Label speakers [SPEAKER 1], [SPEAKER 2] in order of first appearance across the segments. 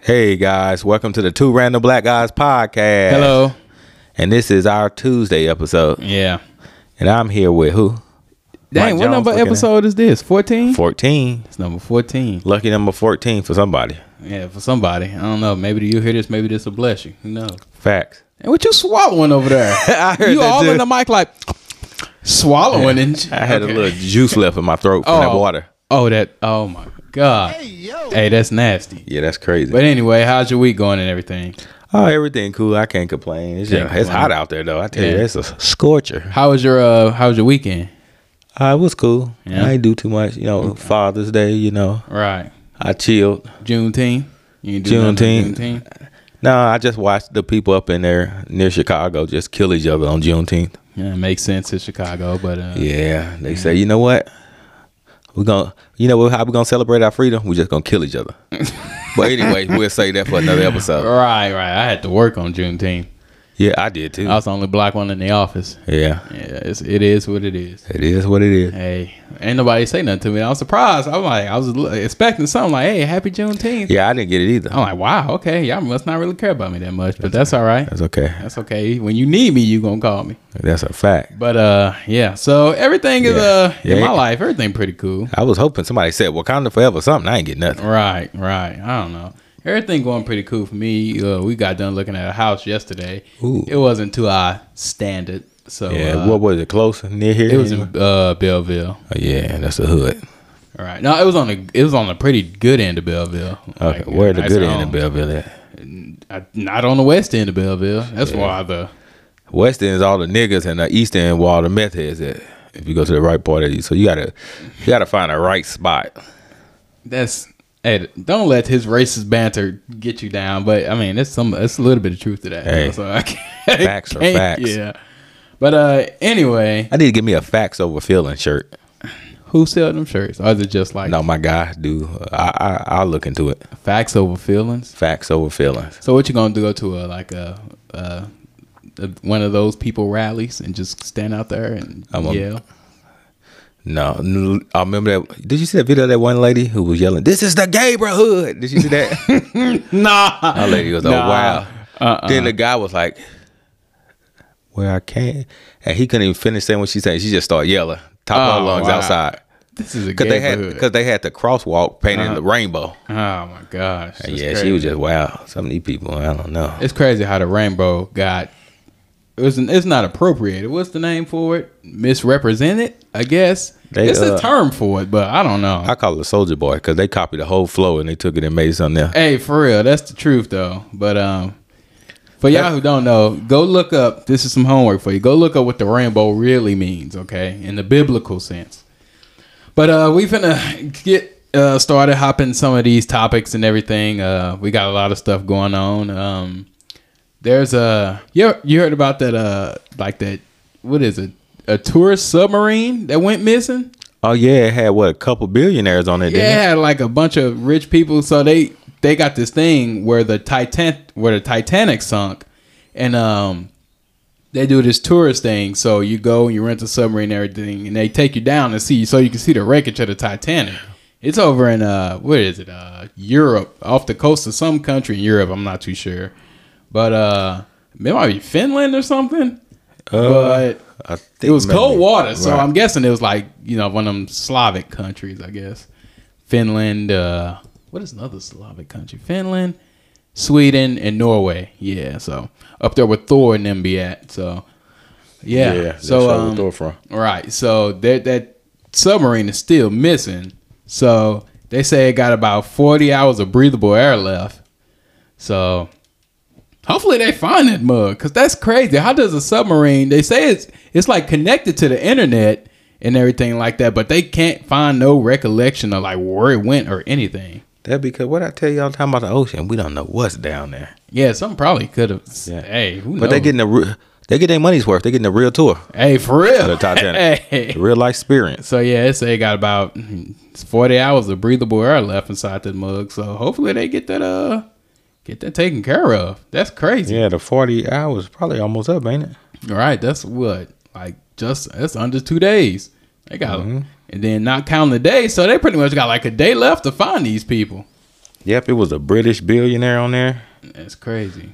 [SPEAKER 1] Hey guys, welcome to the Two Random Black Guys podcast.
[SPEAKER 2] Hello.
[SPEAKER 1] And this is our Tuesday episode.
[SPEAKER 2] Yeah.
[SPEAKER 1] And I'm here with who?
[SPEAKER 2] Dang, what
[SPEAKER 1] Jones
[SPEAKER 2] number
[SPEAKER 1] looking at-
[SPEAKER 2] episode is this? 14?
[SPEAKER 1] 14.
[SPEAKER 2] It's number 14.
[SPEAKER 1] Lucky number 14 for somebody.
[SPEAKER 2] Yeah, for somebody. I don't know. Maybe you hear this, maybe this will bless you. Who knows?
[SPEAKER 1] Facts.
[SPEAKER 2] And what you swallowing over there?
[SPEAKER 1] I heard
[SPEAKER 2] you
[SPEAKER 1] that
[SPEAKER 2] all
[SPEAKER 1] too.
[SPEAKER 2] in the mic like swallowing and
[SPEAKER 1] I had
[SPEAKER 2] Okay.
[SPEAKER 1] a little juice left in my throat from that
[SPEAKER 2] Oh.
[SPEAKER 1] water.
[SPEAKER 2] Oh that oh my god. Hey, yo. hey that's nasty.
[SPEAKER 1] Yeah, that's crazy.
[SPEAKER 2] But anyway, how's your week going and everything?
[SPEAKER 1] oh, everything cool. I can't complain. It's,
[SPEAKER 2] Can't
[SPEAKER 1] yeah, it's
[SPEAKER 2] complain.
[SPEAKER 1] hot out there though. I tell you,
[SPEAKER 2] Yeah.
[SPEAKER 1] it's a scorcher.
[SPEAKER 2] How was your uh how was your weekend?
[SPEAKER 1] Uh, it was cool.
[SPEAKER 2] Yeah.
[SPEAKER 1] I ain't do too much. You know, Father's Day, you know,
[SPEAKER 2] Right.
[SPEAKER 1] I chilled.
[SPEAKER 2] Juneteenth. You didn't do nothing on
[SPEAKER 1] Juneteenth.
[SPEAKER 2] Juneteenth.
[SPEAKER 1] No, I just watched the people up in there near Chicago just kill each other on Juneteenth.
[SPEAKER 2] Yeah, it makes sense in Chicago, but uh,
[SPEAKER 1] Yeah, they say, you know what? We're gonna, you know, how we gonna celebrate our freedom? We're just gonna kill each other. but anyway, we'll say that for another episode.
[SPEAKER 2] Right, right. I had to work on Juneteenth.
[SPEAKER 1] Yeah, I did too.
[SPEAKER 2] I was the only black one in the office.
[SPEAKER 1] Uh, yeah,
[SPEAKER 2] Yeah, it's, it is what it is.
[SPEAKER 1] it is what it is.
[SPEAKER 2] Hey, ain't nobody say nothing to me. I was surprised. I'm like, I was l- expecting something like, hey, happy Juneteenth.
[SPEAKER 1] Yeah, I didn't get it either.
[SPEAKER 2] I'm like, wow, okay, y'all must not really care about me that much, but that's all right.
[SPEAKER 1] That's okay.
[SPEAKER 2] That's okay. When you need me, you gonna call me.
[SPEAKER 1] That's a fact.
[SPEAKER 2] But uh, yeah. So everything is
[SPEAKER 1] Yeah.
[SPEAKER 2] uh in
[SPEAKER 1] Yeah.
[SPEAKER 2] my life, everything pretty cool.
[SPEAKER 1] I was hoping somebody said Wakanda forever or something. I ain't get nothing.
[SPEAKER 2] Right, right. I don't know. Everything going pretty cool for me. Uh, we got done looking at a house yesterday.
[SPEAKER 1] Ooh.
[SPEAKER 2] It wasn't to our standard. So
[SPEAKER 1] Yeah,
[SPEAKER 2] uh,
[SPEAKER 1] what was it? Close near here?
[SPEAKER 2] It was in uh, Belleville.
[SPEAKER 1] Oh, yeah, that's the hood.
[SPEAKER 2] All right. No, it was on the it was on the pretty good end of Belleville.
[SPEAKER 1] Okay,
[SPEAKER 2] Like,
[SPEAKER 1] where the
[SPEAKER 2] nice
[SPEAKER 1] good end of
[SPEAKER 2] homes.
[SPEAKER 1] Belleville at?
[SPEAKER 2] I- Not on the west end of Belleville. That's why the
[SPEAKER 1] West end is all the niggas, and the east end where all the meth heads at. If you go to the right part of you, so you gotta, you gotta find the right spot.
[SPEAKER 2] that's hey, don't let his racist banter get you down. But I mean, it's some it's a little bit of truth to that.
[SPEAKER 1] Hey.
[SPEAKER 2] So I can't,
[SPEAKER 1] Facts are
[SPEAKER 2] can't-
[SPEAKER 1] facts.
[SPEAKER 2] Yeah. But uh, anyway,
[SPEAKER 1] I need to give me a facts over feeling shirt.
[SPEAKER 2] who sell them shirts? Or is it just like
[SPEAKER 1] No, my guy, do I, I, I'll look into it.
[SPEAKER 2] facts over feelings?
[SPEAKER 1] Facts over feelings.
[SPEAKER 2] So what you gonna do? Go to a like a. a a- one of those people rallies and just stand out there and
[SPEAKER 1] I'm a-
[SPEAKER 2] yell.
[SPEAKER 1] No, n- I remember that. Did you see that video of that one lady who was yelling, "This is the neighborhood"? Did you see that?
[SPEAKER 2] Nah,
[SPEAKER 1] that lady was like,
[SPEAKER 2] Nah. Uh-uh.
[SPEAKER 1] "Wow." Then the guy was like, "Where I can't," and he couldn't even finish saying what she said. She just started yelling, top of her
[SPEAKER 2] Oh,
[SPEAKER 1] lungs
[SPEAKER 2] wow.
[SPEAKER 1] outside.
[SPEAKER 2] This is a
[SPEAKER 1] Cause
[SPEAKER 2] gay
[SPEAKER 1] they had
[SPEAKER 2] hood.
[SPEAKER 1] because they had the crosswalk painted the rainbow.
[SPEAKER 2] oh my gosh. that's
[SPEAKER 1] Uh, yeah,
[SPEAKER 2] crazy.
[SPEAKER 1] she was just wow. Some of these people, I don't know.
[SPEAKER 2] It's crazy how the rainbow got. It was. It's not appropriated. What's the name for it? Misrepresented. I guess
[SPEAKER 1] They,
[SPEAKER 2] it's
[SPEAKER 1] uh,
[SPEAKER 2] a term for it, but I don't know.
[SPEAKER 1] I call it Soldier Boy because they copied the whole flow and they took it and made something there.
[SPEAKER 2] hey, for real, that's the truth though. But um, for y'all who don't know, go look up. This is some homework for you. Go look up what the rainbow really means, okay, in the biblical sense. But uh, we finna get uh, started hopping some of these topics and everything. Uh, we got a lot of stuff going on. Um, there's a you you heard about that uh like that what is it a tourist submarine that went missing?
[SPEAKER 1] Oh yeah, it had what a couple billionaires on it.
[SPEAKER 2] Yeah, it
[SPEAKER 1] Didn't it?
[SPEAKER 2] had like a bunch of rich people. So they they got this thing where the Titan where the Titanic sunk, and um, they do this tourist thing. So you go and you rent a submarine and everything, and they take you down to see so you can see the wreckage of the Titanic. It's over in uh, what is it? Uh, Europe, off the coast of some country in Europe. I'm not too sure, but uh, it might be Finland or something.
[SPEAKER 1] Uh,
[SPEAKER 2] but
[SPEAKER 1] I think
[SPEAKER 2] it was
[SPEAKER 1] maybe-
[SPEAKER 2] cold water, so
[SPEAKER 1] Right.
[SPEAKER 2] I'm guessing it was like you know one of them Slavic countries, I guess. Finland, uh, what is another Slavic country? Finland, Sweden, and Norway. Yeah, so up there with Thor and them be at. So yeah,
[SPEAKER 1] that's
[SPEAKER 2] so
[SPEAKER 1] where we
[SPEAKER 2] um,
[SPEAKER 1] throw it from.
[SPEAKER 2] Right. So that that submarine is still missing. So they say it got about forty hours of breathable air left. So hopefully they find that mug because that's crazy. How does a submarine? They say it's it's like connected to the internet and everything like that, but they can't find no recollection of like where it went or anything.
[SPEAKER 1] that because what I tell y'all talking about the ocean, we don't know what's down there.
[SPEAKER 2] Yeah, something probably could have.
[SPEAKER 1] Yeah.
[SPEAKER 2] Hey, who knows?
[SPEAKER 1] But they getting the re- they get their money's worth. They getting the real tour,
[SPEAKER 2] hey for real
[SPEAKER 1] the Titanic,
[SPEAKER 2] Hey.
[SPEAKER 1] the real life experience.
[SPEAKER 2] So yeah, it say it got about mm, forty hours of breathable air left inside that mug. So hopefully they get that uh get that taken care of. That's crazy.
[SPEAKER 1] Yeah, the forty hours probably almost up, ain't it?
[SPEAKER 2] All right, that's what like just that's under two days. They got,
[SPEAKER 1] Mm-hmm.
[SPEAKER 2] and then not counting the day, so they pretty much got like a day left to find these people.
[SPEAKER 1] Yep, it was a British billionaire on there.
[SPEAKER 2] That's crazy.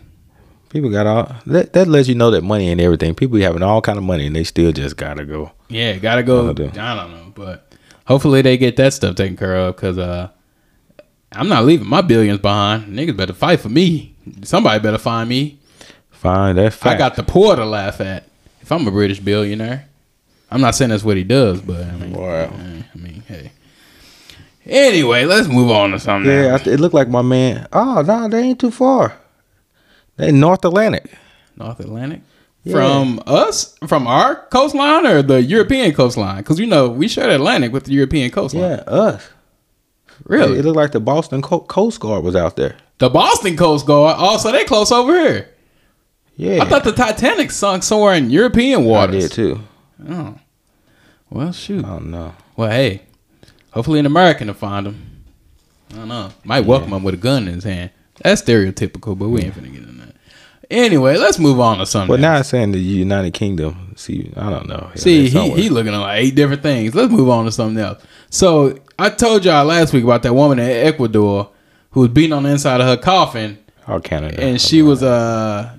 [SPEAKER 1] People got all that. That lets you know that money and everything. People be having all kind of money and they still just gotta go.
[SPEAKER 2] Yeah, gotta go.
[SPEAKER 1] I
[SPEAKER 2] I
[SPEAKER 1] do.
[SPEAKER 2] don't know, but hopefully they get that stuff taken care of because uh, I'm not leaving my billions behind. Niggas better fight for me. Somebody better find me.
[SPEAKER 1] Fine, that fact.
[SPEAKER 2] I got the poor to laugh at. If I'm a British billionaire, I'm not saying that's what he does, but I mean,
[SPEAKER 1] Wow.
[SPEAKER 2] eh, I mean, hey. Anyway, let's move on to something.
[SPEAKER 1] Yeah,
[SPEAKER 2] else.
[SPEAKER 1] I th- it looked like my man. Oh no, they ain't too far. They in North Atlantic.
[SPEAKER 2] North Atlantic.
[SPEAKER 1] Yeah.
[SPEAKER 2] From us, from our coastline or the European coastline? Because you know we share the Atlantic with the European coastline.
[SPEAKER 1] Yeah, us. It,
[SPEAKER 2] really.
[SPEAKER 1] it looked like the Boston Co- Coast Guard was out there.
[SPEAKER 2] the Boston Coast Guard. Also, they close over here.
[SPEAKER 1] Yeah,
[SPEAKER 2] I thought the Titanic sunk somewhere in European
[SPEAKER 1] I
[SPEAKER 2] waters.
[SPEAKER 1] did too.
[SPEAKER 2] Oh. Well, shoot.
[SPEAKER 1] I don't know.
[SPEAKER 2] Well, hey, hopefully an American will find him. I don't know. Might welcome him with a gun in his hand. That's stereotypical, but we ain't finna get in that. Anyway, let's move on to something.
[SPEAKER 1] Well, now
[SPEAKER 2] else.
[SPEAKER 1] it's saying the United Kingdom. See, I don't know.
[SPEAKER 2] see,
[SPEAKER 1] It's
[SPEAKER 2] he,
[SPEAKER 1] somewhere.
[SPEAKER 2] he looking at like eight different things. Let's move on to something else. So I told y'all last week about that woman in Ecuador who was beaten on the inside of her coffin,
[SPEAKER 1] Oh, Canada.
[SPEAKER 2] and she was uh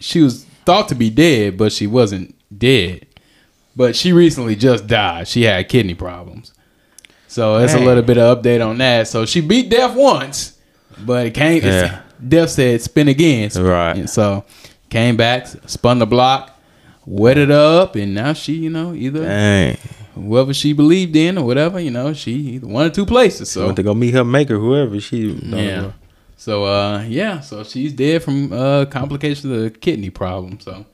[SPEAKER 2] she was thought to be dead, but she wasn't dead. But she recently just died. She had kidney problems. So it's a
[SPEAKER 1] Dang.
[SPEAKER 2] little bit of update on that. So she beat death once, but it came it's-
[SPEAKER 1] Yeah.
[SPEAKER 2] death said spin again. Spin.
[SPEAKER 1] Right.
[SPEAKER 2] And so came back, spun the block, wet it up, and now she, you know, either
[SPEAKER 1] Dang.
[SPEAKER 2] whoever she believed in or whatever, you know, she either one or two places. So
[SPEAKER 1] Went to go meet her maker, whoever she. don't
[SPEAKER 2] yeah.
[SPEAKER 1] know.
[SPEAKER 2] So uh yeah, so she's dead from uh complications of the kidney problem. So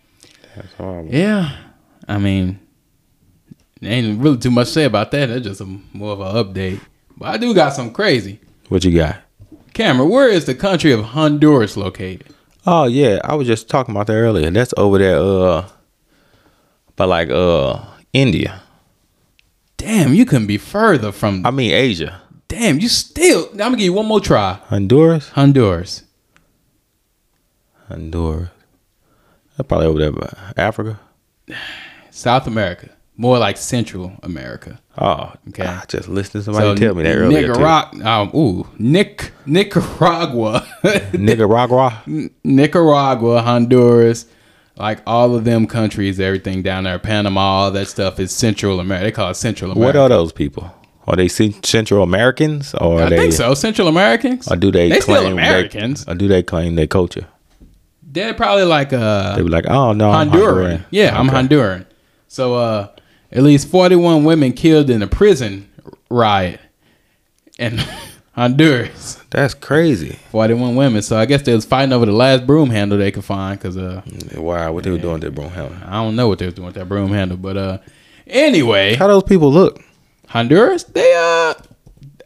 [SPEAKER 1] That's horrible.
[SPEAKER 2] yeah. I mean there ain't really too much to say about that. That's just a more of an update. But I do got some crazy.
[SPEAKER 1] What you got?
[SPEAKER 2] Cameron, where is the country of Honduras located?
[SPEAKER 1] Oh yeah, I was just talking about that earlier. That's over there, uh, by like uh India.
[SPEAKER 2] Damn, you couldn't be further from
[SPEAKER 1] I mean Asia,
[SPEAKER 2] Damn, you still I'm gonna give you one more try.
[SPEAKER 1] Honduras,
[SPEAKER 2] Honduras.
[SPEAKER 1] Honduras. That's probably over there, but Africa.
[SPEAKER 2] South America. More like Central America.
[SPEAKER 1] Oh,
[SPEAKER 2] Okay.
[SPEAKER 1] okay. I just listened to somebody tell me that earlier. Nicaragua.
[SPEAKER 2] Nicaragua, um, ooh, Nick, Nicaragua,
[SPEAKER 1] Too. Nicaragua.
[SPEAKER 2] Nicaragua, Honduras, like all of them countries, everything down there, Panama, all that stuff is Central America. They call it Central
[SPEAKER 1] What
[SPEAKER 2] America.
[SPEAKER 1] are those people? Are they Cen- Central Americans or are
[SPEAKER 2] I
[SPEAKER 1] they? Uh,
[SPEAKER 2] think so. Central Americans.
[SPEAKER 1] Or do they,
[SPEAKER 2] They
[SPEAKER 1] claim
[SPEAKER 2] still Americans.
[SPEAKER 1] They, or do they claim their culture?
[SPEAKER 2] They're probably like uh,
[SPEAKER 1] They be like, oh no, I'm
[SPEAKER 2] Honduran.
[SPEAKER 1] Honduran.
[SPEAKER 2] Yeah, I'm
[SPEAKER 1] Okay.
[SPEAKER 2] Honduran. So uh, at least 41 women killed in a prison riot in Honduras.
[SPEAKER 1] That's crazy.
[SPEAKER 2] 41 women. So I guess they was fighting over the last broom handle they could find because uh,
[SPEAKER 1] Wow, what they were doing to Broomhaven?
[SPEAKER 2] I don't know what they was doing with that broom handle, but uh, anyway,
[SPEAKER 1] How those people look?
[SPEAKER 2] Honduras, they uh,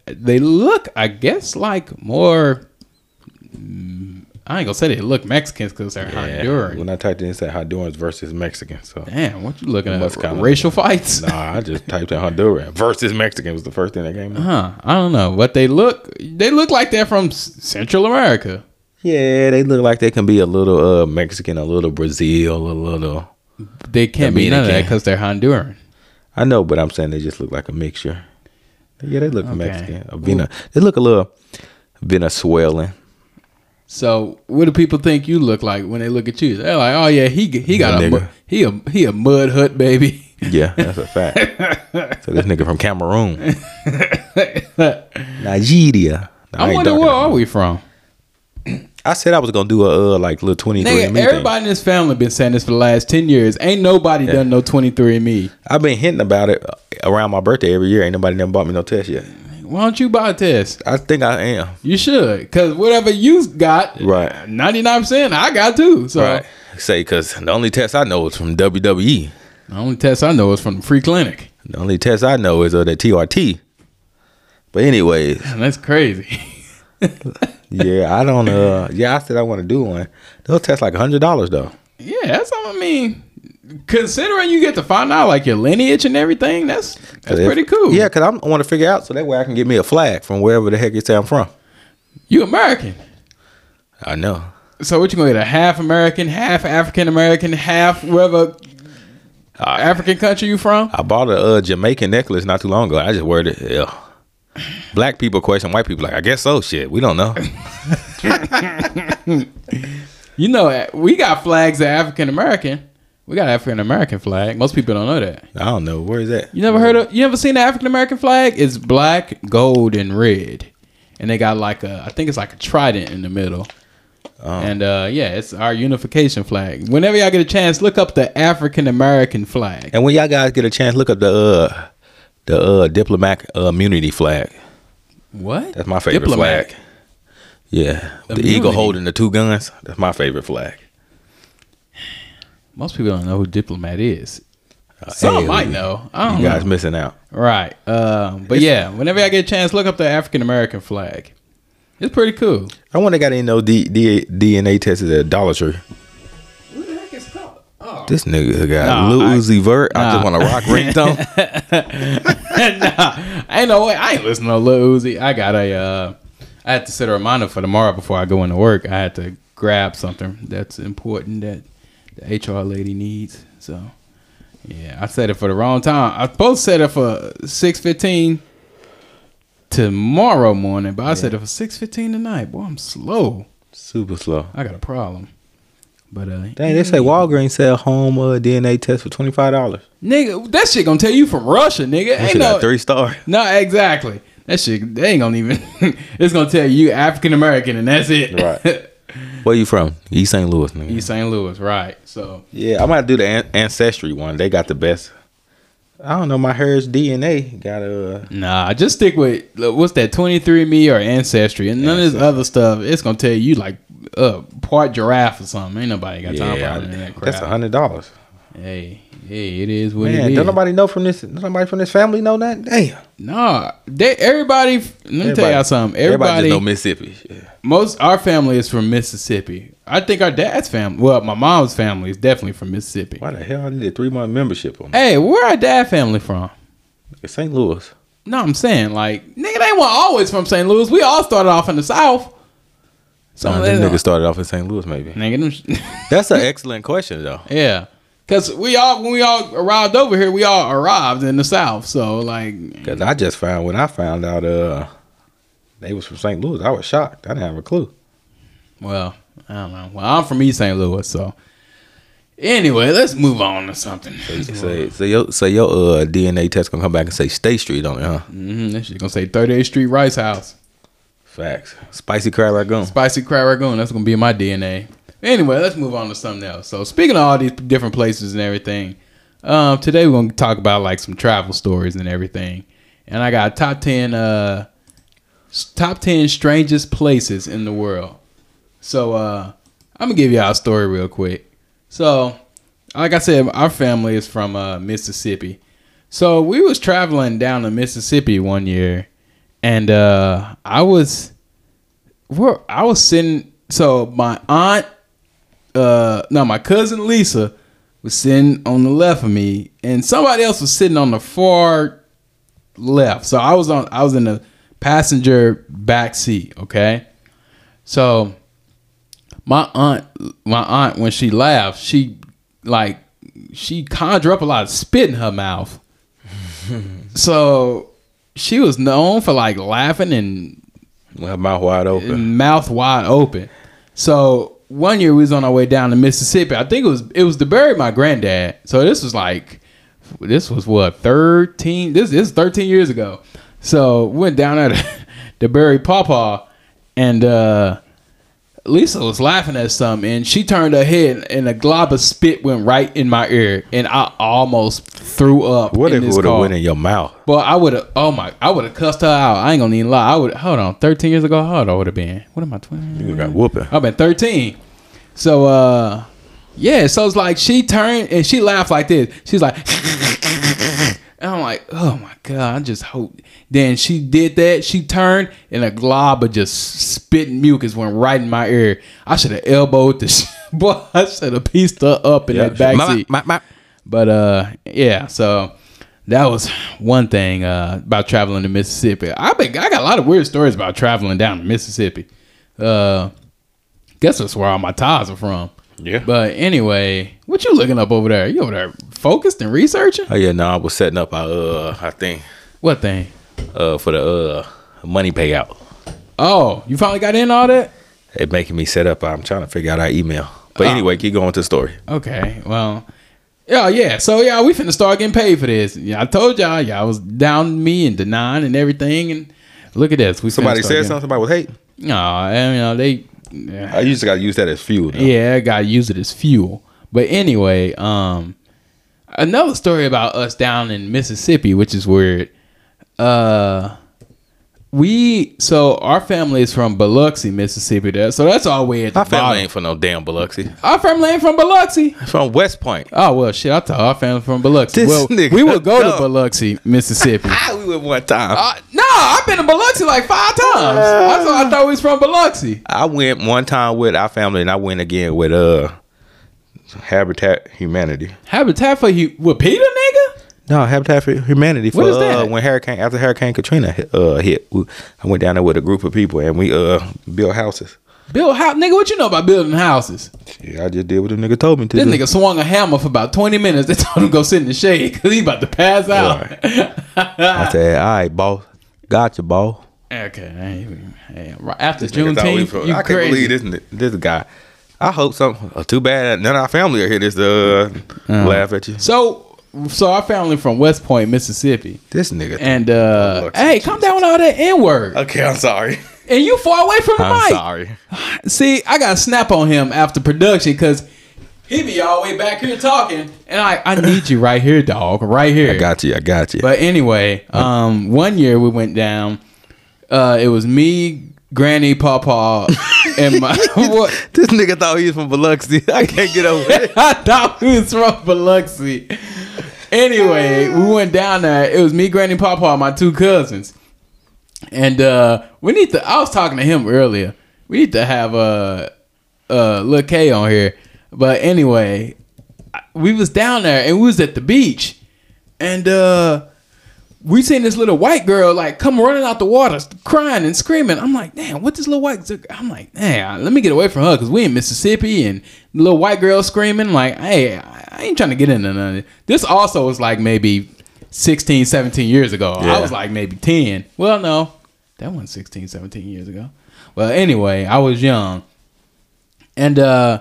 [SPEAKER 2] they look, I guess, like more. mm, I ain't gonna say they look Mexicans because they're Honduran.
[SPEAKER 1] When I typed in, it said Hondurans versus Mexican. So
[SPEAKER 2] Damn, what you looking
[SPEAKER 1] Must
[SPEAKER 2] at?
[SPEAKER 1] kinda-
[SPEAKER 2] Racial fights?
[SPEAKER 1] nah, I just typed in Honduran versus Mexican was the first thing that came up.
[SPEAKER 2] Huh? I don't know. What they look? They look like they're from S- Central America,
[SPEAKER 1] Yeah, they look like they can be a little uh Mexican, a little Brazil, a little.
[SPEAKER 2] but they can't be none of that
[SPEAKER 1] Dominican.
[SPEAKER 2] because they're Honduran.
[SPEAKER 1] I know, but I'm saying they just look like a mixture. Yeah, they look
[SPEAKER 2] Okay.
[SPEAKER 1] Mexican. A Vena, they look a little Venezuelan.
[SPEAKER 2] So what do people think you look like when they look at you? They're like, oh yeah, he g- he got a
[SPEAKER 1] Nigga.
[SPEAKER 2] mu- he a he a mud hut baby.
[SPEAKER 1] Yeah, that's a fact. so this nigga from Cameroon, Nigeria. Nah,
[SPEAKER 2] I
[SPEAKER 1] ain't
[SPEAKER 2] wonder
[SPEAKER 1] dark
[SPEAKER 2] where
[SPEAKER 1] enough.
[SPEAKER 2] are we from?
[SPEAKER 1] I said I was gonna do a uh, like little twenty three
[SPEAKER 2] Nigga,
[SPEAKER 1] me thing.
[SPEAKER 2] everybody in this family been saying this for the last ten years. Ain't nobody done no twenty three and me.
[SPEAKER 1] I've been hinting about it uh, around my birthday every year. Ain't nobody never bought me no test yet.
[SPEAKER 2] Why don't you buy a test?
[SPEAKER 1] I think I am.
[SPEAKER 2] You should, cause whatever you got,
[SPEAKER 1] Right.
[SPEAKER 2] ninety nine percent I got too. So
[SPEAKER 1] Right. Say, because the only test I know is from E. WWE.
[SPEAKER 2] the only test I know is from the free clinic,
[SPEAKER 1] The only test I know is uh, the TRT. But anyways,
[SPEAKER 2] and that's crazy.
[SPEAKER 1] yeah, I don't. Uh, yeah, I said I want to do one. They'll test like hundred dollars though.
[SPEAKER 2] yeah, that's all I mean. Considering you get to find out like your lineage and everything, that's that's
[SPEAKER 1] If-
[SPEAKER 2] pretty cool.
[SPEAKER 1] Yeah, because I want to figure out so that way I can get me a flag from wherever the heck you say I'm from.
[SPEAKER 2] you American.
[SPEAKER 1] I know.
[SPEAKER 2] So what you gonna get? A half American, half African American, half whatever
[SPEAKER 1] I-
[SPEAKER 2] African country you from?
[SPEAKER 1] I bought a uh, Jamaican necklace not too long ago. I just wore it. Yeah. Black people question white people like, I guess so. Shit, we don't know.
[SPEAKER 2] You know, we got flags that African American. We got African American flag. Most people don't know that.
[SPEAKER 1] I don't know where is that.
[SPEAKER 2] You never heard of? You never seen the African American flag? It's black, gold, and red, and they got like a. I think it's like a trident in the middle. And uh, yeah, it's our unification flag. Whenever y'all get a chance, look up the African American flag.
[SPEAKER 1] And when y'all guys get a chance, look up the uh, the uh, diplomatic uh, immunity flag.
[SPEAKER 2] What?
[SPEAKER 1] That's my favorite
[SPEAKER 2] Diplomatic.
[SPEAKER 1] flag. Yeah, the
[SPEAKER 2] Immunity.
[SPEAKER 1] eagle holding the two guns. That's my favorite flag.
[SPEAKER 2] Most people don't know who diplomat is.
[SPEAKER 1] Uh,
[SPEAKER 2] Some
[SPEAKER 1] hey,
[SPEAKER 2] might know. I don't
[SPEAKER 1] You guys
[SPEAKER 2] know.
[SPEAKER 1] missing out.
[SPEAKER 2] Right. Um, but yeah, whenever I get a chance, look up the African American flag. It's pretty cool.
[SPEAKER 1] I wonder got any no D, D, DNA tested at Dollar Tree.
[SPEAKER 2] What the heck is called? Oh.
[SPEAKER 1] This nigga got
[SPEAKER 2] Nah,
[SPEAKER 1] Lil
[SPEAKER 2] I-
[SPEAKER 1] Uzi Vert. I just
[SPEAKER 2] nah.
[SPEAKER 1] want to rock ringtone.
[SPEAKER 2] nah, ain't no way. I ain't listening to Lil Uzi. I got a, uh, I had to set a reminder for tomorrow before I go into work. I had to grab something that's important that the HR lady needs. So, yeah, I said it for the wrong time. I was supposed to set it for six fifteen tomorrow morning, but I set it for six fifteen tonight. Boy, I'm slow.
[SPEAKER 1] Super slow.
[SPEAKER 2] I got a problem. But uh,
[SPEAKER 1] Dang, they say Walgreens sell home uh, DNA test for twenty five dollars.
[SPEAKER 2] nigga, that shit gonna tell you from Russia, nigga.
[SPEAKER 1] That
[SPEAKER 2] Ain't
[SPEAKER 1] shit
[SPEAKER 2] no
[SPEAKER 1] got three star.
[SPEAKER 2] No, exactly. That shit, they ain't gonna even. it's gonna tell you African American, and that's it.
[SPEAKER 1] Right. Where you from? East St. Louis, nigga.
[SPEAKER 2] East St. Louis, right? So
[SPEAKER 1] Yeah, I'm gonna do the an- ancestry one. They got the best. I don't know. My hair's DNA got a. Uh,
[SPEAKER 2] nah, just stick with look, what's that? Twenty three me or ancestry, and none of this other stuff. It's gonna tell you like uh part giraffe or something. Ain't nobody got time
[SPEAKER 1] yeah,
[SPEAKER 2] for all that
[SPEAKER 1] that's
[SPEAKER 2] crap.
[SPEAKER 1] a hundred dollars.
[SPEAKER 2] hey, hey, it is what
[SPEAKER 1] Man,
[SPEAKER 2] it
[SPEAKER 1] don't
[SPEAKER 2] is.
[SPEAKER 1] nobody know from this. don't Nobody from this family know that. Damn.
[SPEAKER 2] nah, they everybody. Let me tell
[SPEAKER 1] Everybody-
[SPEAKER 2] y'all something. Everybody,
[SPEAKER 1] just know Mississippi. Yeah.
[SPEAKER 2] most our family is from Mississippi. I think our dad's family. Well, my mom's family is definitely from Mississippi.
[SPEAKER 1] Why the hell I need a three month membership on
[SPEAKER 2] Hey, where our dad family from?
[SPEAKER 1] it's St. Louis?
[SPEAKER 2] No, I'm saying like nigga, they weren't always from St. Louis. We all started off in the South. Some
[SPEAKER 1] Nah,
[SPEAKER 2] of
[SPEAKER 1] them
[SPEAKER 2] them
[SPEAKER 1] niggas started off in St. Louis, maybe.
[SPEAKER 2] nigga, them sh-
[SPEAKER 1] That's an excellent question, though.
[SPEAKER 2] yeah, because we all when we all arrived over here, we all arrived in the South. So like,
[SPEAKER 1] Cause I just found when I found out uh they was from St. Louis, I was shocked. I didn't have a clue.
[SPEAKER 2] well, I don't know. Well, I'm from East St. Louis, so anyway, let's move on to something.
[SPEAKER 1] Say, so your, so your uh, DNA test gonna come back and say State Street on it, huh?
[SPEAKER 2] Mm-hmm, that shit gonna say 38th Street Rice House.
[SPEAKER 1] Facts. Spicy crab ragoon.
[SPEAKER 2] Spicy crab ragoon. That's gonna be in my DNA. Anyway, let's move on to something else. So speaking of all these different places and everything, um, today we're gonna talk about like some travel stories and everything. And I got top ten, uh, s- top ten strangest places in the world. So uh, I'm gonna give y'all a story real quick. So, like I said, our family is from uh, Mississippi. So we was traveling down to Mississippi one year, and uh, I was where I was sitting. So my aunt, uh, no, my cousin Lisa was sitting on the left of me, and somebody else was sitting on the far left. So I was on, I was in the passenger back seat. Okay, so my aunt, my aunt, when she laughed, she like she conjured up a lot of spit in her mouth. so she was known for like laughing and
[SPEAKER 1] My mouth wide open.
[SPEAKER 2] mouth wide open. So one year we was on our way down to Mississippi. I think it was it was to bury my granddad. So this was like this was what thirteen this this is thirteen years ago. So went down there to, to bury Papa and uh Lisa was laughing at something and she turned her head and a glob of spit went right in my ear and I almost threw up.
[SPEAKER 1] What
[SPEAKER 2] in
[SPEAKER 1] if it
[SPEAKER 2] this
[SPEAKER 1] would have
[SPEAKER 2] car.
[SPEAKER 1] went in your mouth?
[SPEAKER 2] Well, I would have. Oh my! I would have cussed her out. I ain't gonna even lie. I would. Hold on. Thirteen years ago, how old I would have been? What am I? Twenty.
[SPEAKER 1] You got whooping.
[SPEAKER 2] I've been thirteen. So, uh, yeah. So it's like she turned and she laughed like this. She's like, and I'm like, oh my god. I just hope. Then she did that. She turned and a glob of just spitting mucus went right in my ear. I should have elbowed the sh- boy. I should have pieced her up in
[SPEAKER 1] Yeah.
[SPEAKER 2] that back
[SPEAKER 1] My-
[SPEAKER 2] seat.
[SPEAKER 1] my- my-
[SPEAKER 2] But uh, yeah, so that was one thing uh, about traveling to Mississippi. I been I got a lot of weird stories about traveling down to Mississippi. Uh, Guess that's where all my ties are from.
[SPEAKER 3] Yeah.
[SPEAKER 2] But anyway, what you looking up over there? You over there focused and researching?
[SPEAKER 1] Oh yeah, no, I was setting up our uh I think
[SPEAKER 2] What thing?
[SPEAKER 1] uh for the uh money payout.
[SPEAKER 2] Oh, you finally got in all that?
[SPEAKER 1] It making me set up. I'm trying to figure out our email. But anyway, keep going to the story.
[SPEAKER 2] Okay, well, yeah, yeah. So yeah, we finna start getting paid for this. Yeah, I told y'all, y'all was down me and denying and everything, and look at this. We finna
[SPEAKER 1] Somebody
[SPEAKER 2] start
[SPEAKER 1] said
[SPEAKER 2] getting-
[SPEAKER 1] something. Somebody was hating.
[SPEAKER 2] No, I mean, uh, they. Yeah,
[SPEAKER 1] I used to gotta use that as fuel. Though.
[SPEAKER 2] yeah, I gotta use it as fuel. But anyway, um, another story about us down in Mississippi, which is weird. Uh, we so our family is from Biloxi, Mississippi. There, so that's all way at the
[SPEAKER 1] My family
[SPEAKER 2] bottom.
[SPEAKER 1] ain't from no damn Biloxi.
[SPEAKER 2] Our family ain't from Biloxi.
[SPEAKER 1] From West Point.
[SPEAKER 2] Oh well, shit! I thought our family from Biloxi.
[SPEAKER 1] This
[SPEAKER 2] well,
[SPEAKER 1] nigga
[SPEAKER 2] we would go
[SPEAKER 1] dumb.
[SPEAKER 2] to Biloxi, Mississippi.
[SPEAKER 1] Ah, we went one time.
[SPEAKER 2] uh, no, I've been to Biloxi like five times. I thought I thought we was from Biloxi.
[SPEAKER 1] I went one time with our family, and I went again with uh Habitat Humanity.
[SPEAKER 2] Habitat for you with Peter, nigga.
[SPEAKER 1] No, Habitat for Humanity. For,
[SPEAKER 2] What is
[SPEAKER 1] Uh,
[SPEAKER 2] that?
[SPEAKER 1] when Hurricane after Hurricane Katrina hit, uh, hit, we, I went down there with a group of people, and we uh built houses.
[SPEAKER 2] Build house, nigga. What you know about building houses?
[SPEAKER 1] Yeah, I just did what the nigga told me to.
[SPEAKER 2] This
[SPEAKER 1] do.
[SPEAKER 2] nigga swung a hammer for about twenty minutes. They told him go sit in the shade because he about to pass out.
[SPEAKER 1] I said, "All right, boss, gotcha, boss."
[SPEAKER 2] okay, I ain't even- hey, right after
[SPEAKER 1] That's all we
[SPEAKER 2] Juneteenth,
[SPEAKER 1] from-
[SPEAKER 2] you
[SPEAKER 1] I can't
[SPEAKER 2] crazy.
[SPEAKER 1] believe this this guy. I hope some. Uh, too bad none of our family are here. This uh, laugh at you.
[SPEAKER 2] So, so our family from West Point, Mississippi,
[SPEAKER 1] This nigga.
[SPEAKER 2] and uh,
[SPEAKER 1] Biloxi,
[SPEAKER 2] hey, come down with all that n word.
[SPEAKER 1] okay, I'm sorry.
[SPEAKER 2] And you far away from the
[SPEAKER 1] I'm
[SPEAKER 2] mic.
[SPEAKER 1] sorry.
[SPEAKER 2] See, I got to snap on him after production because he be all the way back here talking, and I I need you right here, dog, right here.
[SPEAKER 1] I got you. I got you.
[SPEAKER 2] But anyway, um, one year we went down. Uh, it was me, Granny, Papa, and my. what?
[SPEAKER 1] This nigga thought he was from Biloxi. I can't get over it.
[SPEAKER 2] I thought we was from Biloxi. Anyway, we went down there. It was me, Granny, Papa, and my two cousins. And uh, we need to. I was talking to him earlier. We need to have uh, uh, Lil K on here. But anyway, I- we was down there and we was at the beach, and uh, we seen this little white girl like come running out the water, crying and screaming. I'm like, damn, what this little white? I'm like, damn, let me get away from her because we in Mississippi and the little white girl screaming like, hey, I I ain't trying to get into none of this. This also was like maybe 16, 17 years ago. I
[SPEAKER 1] Yeah.
[SPEAKER 2] was like maybe 10. Well, no, that wasn't 16, 17 years ago. Well, anyway, I was young and uh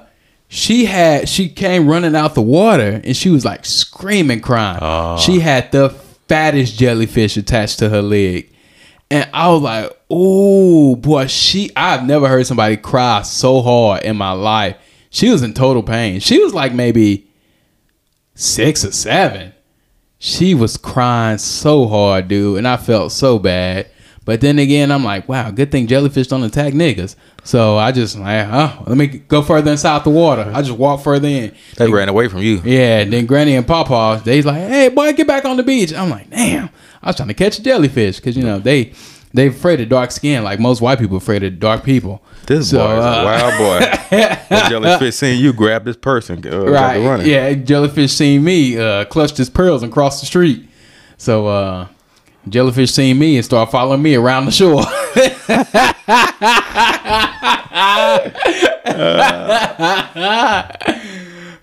[SPEAKER 2] she had she came running out the water and she was like screaming crying she had the fattest jellyfish attached to her leg and i was like oh boy she i've never heard somebody cry so hard in my life she was in total pain she was like maybe six or seven she was crying so hard, dude, and I felt so bad. But then again, I'm like, wow, good thing jellyfish don't attack niggas. So I just like, oh, let me go further inside the water. I just walk further in.
[SPEAKER 1] They ran away from you.
[SPEAKER 2] Yeah, and then Granny and Papa, they's like, hey, boy, get back on the beach. I'm like, damn, I was trying to catch a jellyfish because you know they they afraid of dark skin, like most white people afraid of dark people.
[SPEAKER 1] This
[SPEAKER 2] So,
[SPEAKER 1] boy is
[SPEAKER 2] uh,
[SPEAKER 1] a wild boy. that jellyfish seeing you grab this person. Uh, right.
[SPEAKER 2] right?
[SPEAKER 1] Running.
[SPEAKER 2] Yeah, jellyfish seen me uh, clutched his pearls and crossed the street. So uh, jellyfish seen me and started following me around the shore.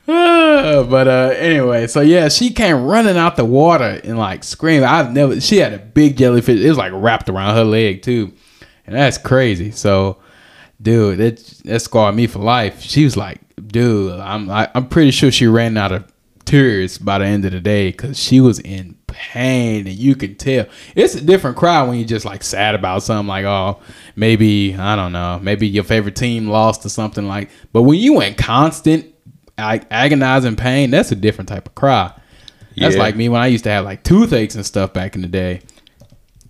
[SPEAKER 2] but uh, anyway, so yeah, she came running out the water and like screaming. I've never. She had a big jellyfish. It was like wrapped around her leg too, and that's crazy. So, dude, that that scarred me for life. She was like, dude, I'm I, I'm pretty sure she ran out of tears by the end of the day because she was in pain and you could tell it's a different cry when you're just like sad about something like oh maybe i don't know maybe your favorite team lost or something like but when you in constant like agonizing pain, that's a different type of cry. That's
[SPEAKER 1] Yeah.
[SPEAKER 2] like me when I used to have like toothaches and stuff back in the day.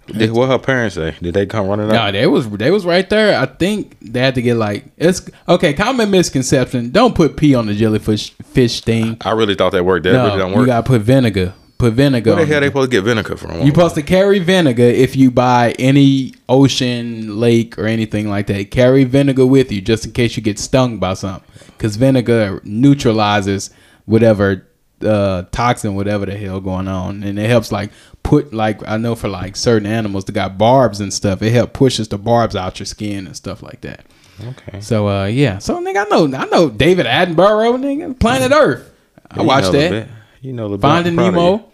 [SPEAKER 1] Did- what her parents say? Did they come running
[SPEAKER 2] No,
[SPEAKER 1] up?
[SPEAKER 2] they was they was right there. I think they had to get like it's okay. Common misconception: don't put pee on the jellyfish fish thing.
[SPEAKER 1] I really thought that worked. That really
[SPEAKER 2] No,
[SPEAKER 1] don't
[SPEAKER 2] you
[SPEAKER 1] work.
[SPEAKER 2] gotta put vinegar. Put vinegar.
[SPEAKER 1] Where the
[SPEAKER 2] on
[SPEAKER 1] hell
[SPEAKER 2] it.
[SPEAKER 1] they supposed to get vinegar from?
[SPEAKER 2] You're supposed to carry vinegar if you buy any ocean, lake, or anything like that. Carry vinegar with you just in case you get stung by something. Because vinegar neutralizes whatever uh, toxin, whatever the hell going on. And it helps, like, put, like, I know for, like, certain animals that got barbs and stuff, it helps pushes the barbs out your skin and stuff like that.
[SPEAKER 1] Okay.
[SPEAKER 2] So uh, yeah. So nigga, I know I know David Attenborough, nigga, Planet Earth. I
[SPEAKER 1] You
[SPEAKER 2] watched
[SPEAKER 1] know a little
[SPEAKER 2] that.
[SPEAKER 1] bit. You know the
[SPEAKER 2] Finding Nemo.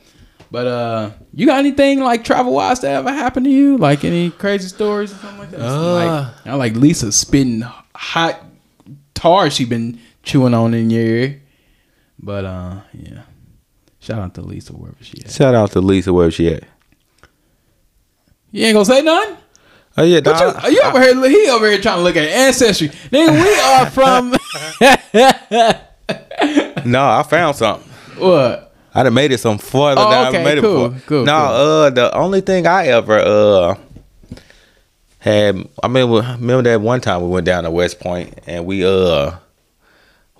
[SPEAKER 2] But uh, you got anything like travel wise that ever happened to you? Like any crazy stories or something like that?
[SPEAKER 1] Uh.
[SPEAKER 2] like, I like Lisa spitting hot tar she been chewing on in your ear. But uh, yeah. Shout out to Lisa wherever she is.
[SPEAKER 1] Shout out to Lisa wherever she at.
[SPEAKER 2] You ain't gonna say none.
[SPEAKER 1] Oh yeah,
[SPEAKER 2] What
[SPEAKER 1] nah,
[SPEAKER 2] you, you over here? He over here trying to look at ancestry. Nigga, we are from
[SPEAKER 1] I, nah, I found something.
[SPEAKER 2] what?
[SPEAKER 1] I done made it some further
[SPEAKER 2] Oh,
[SPEAKER 1] than
[SPEAKER 2] okay,
[SPEAKER 1] I made
[SPEAKER 2] cool,
[SPEAKER 1] it before.
[SPEAKER 2] cool,
[SPEAKER 1] no, uh, the only thing I ever uh had, I mean, remember that one time we went down to West Point and we uh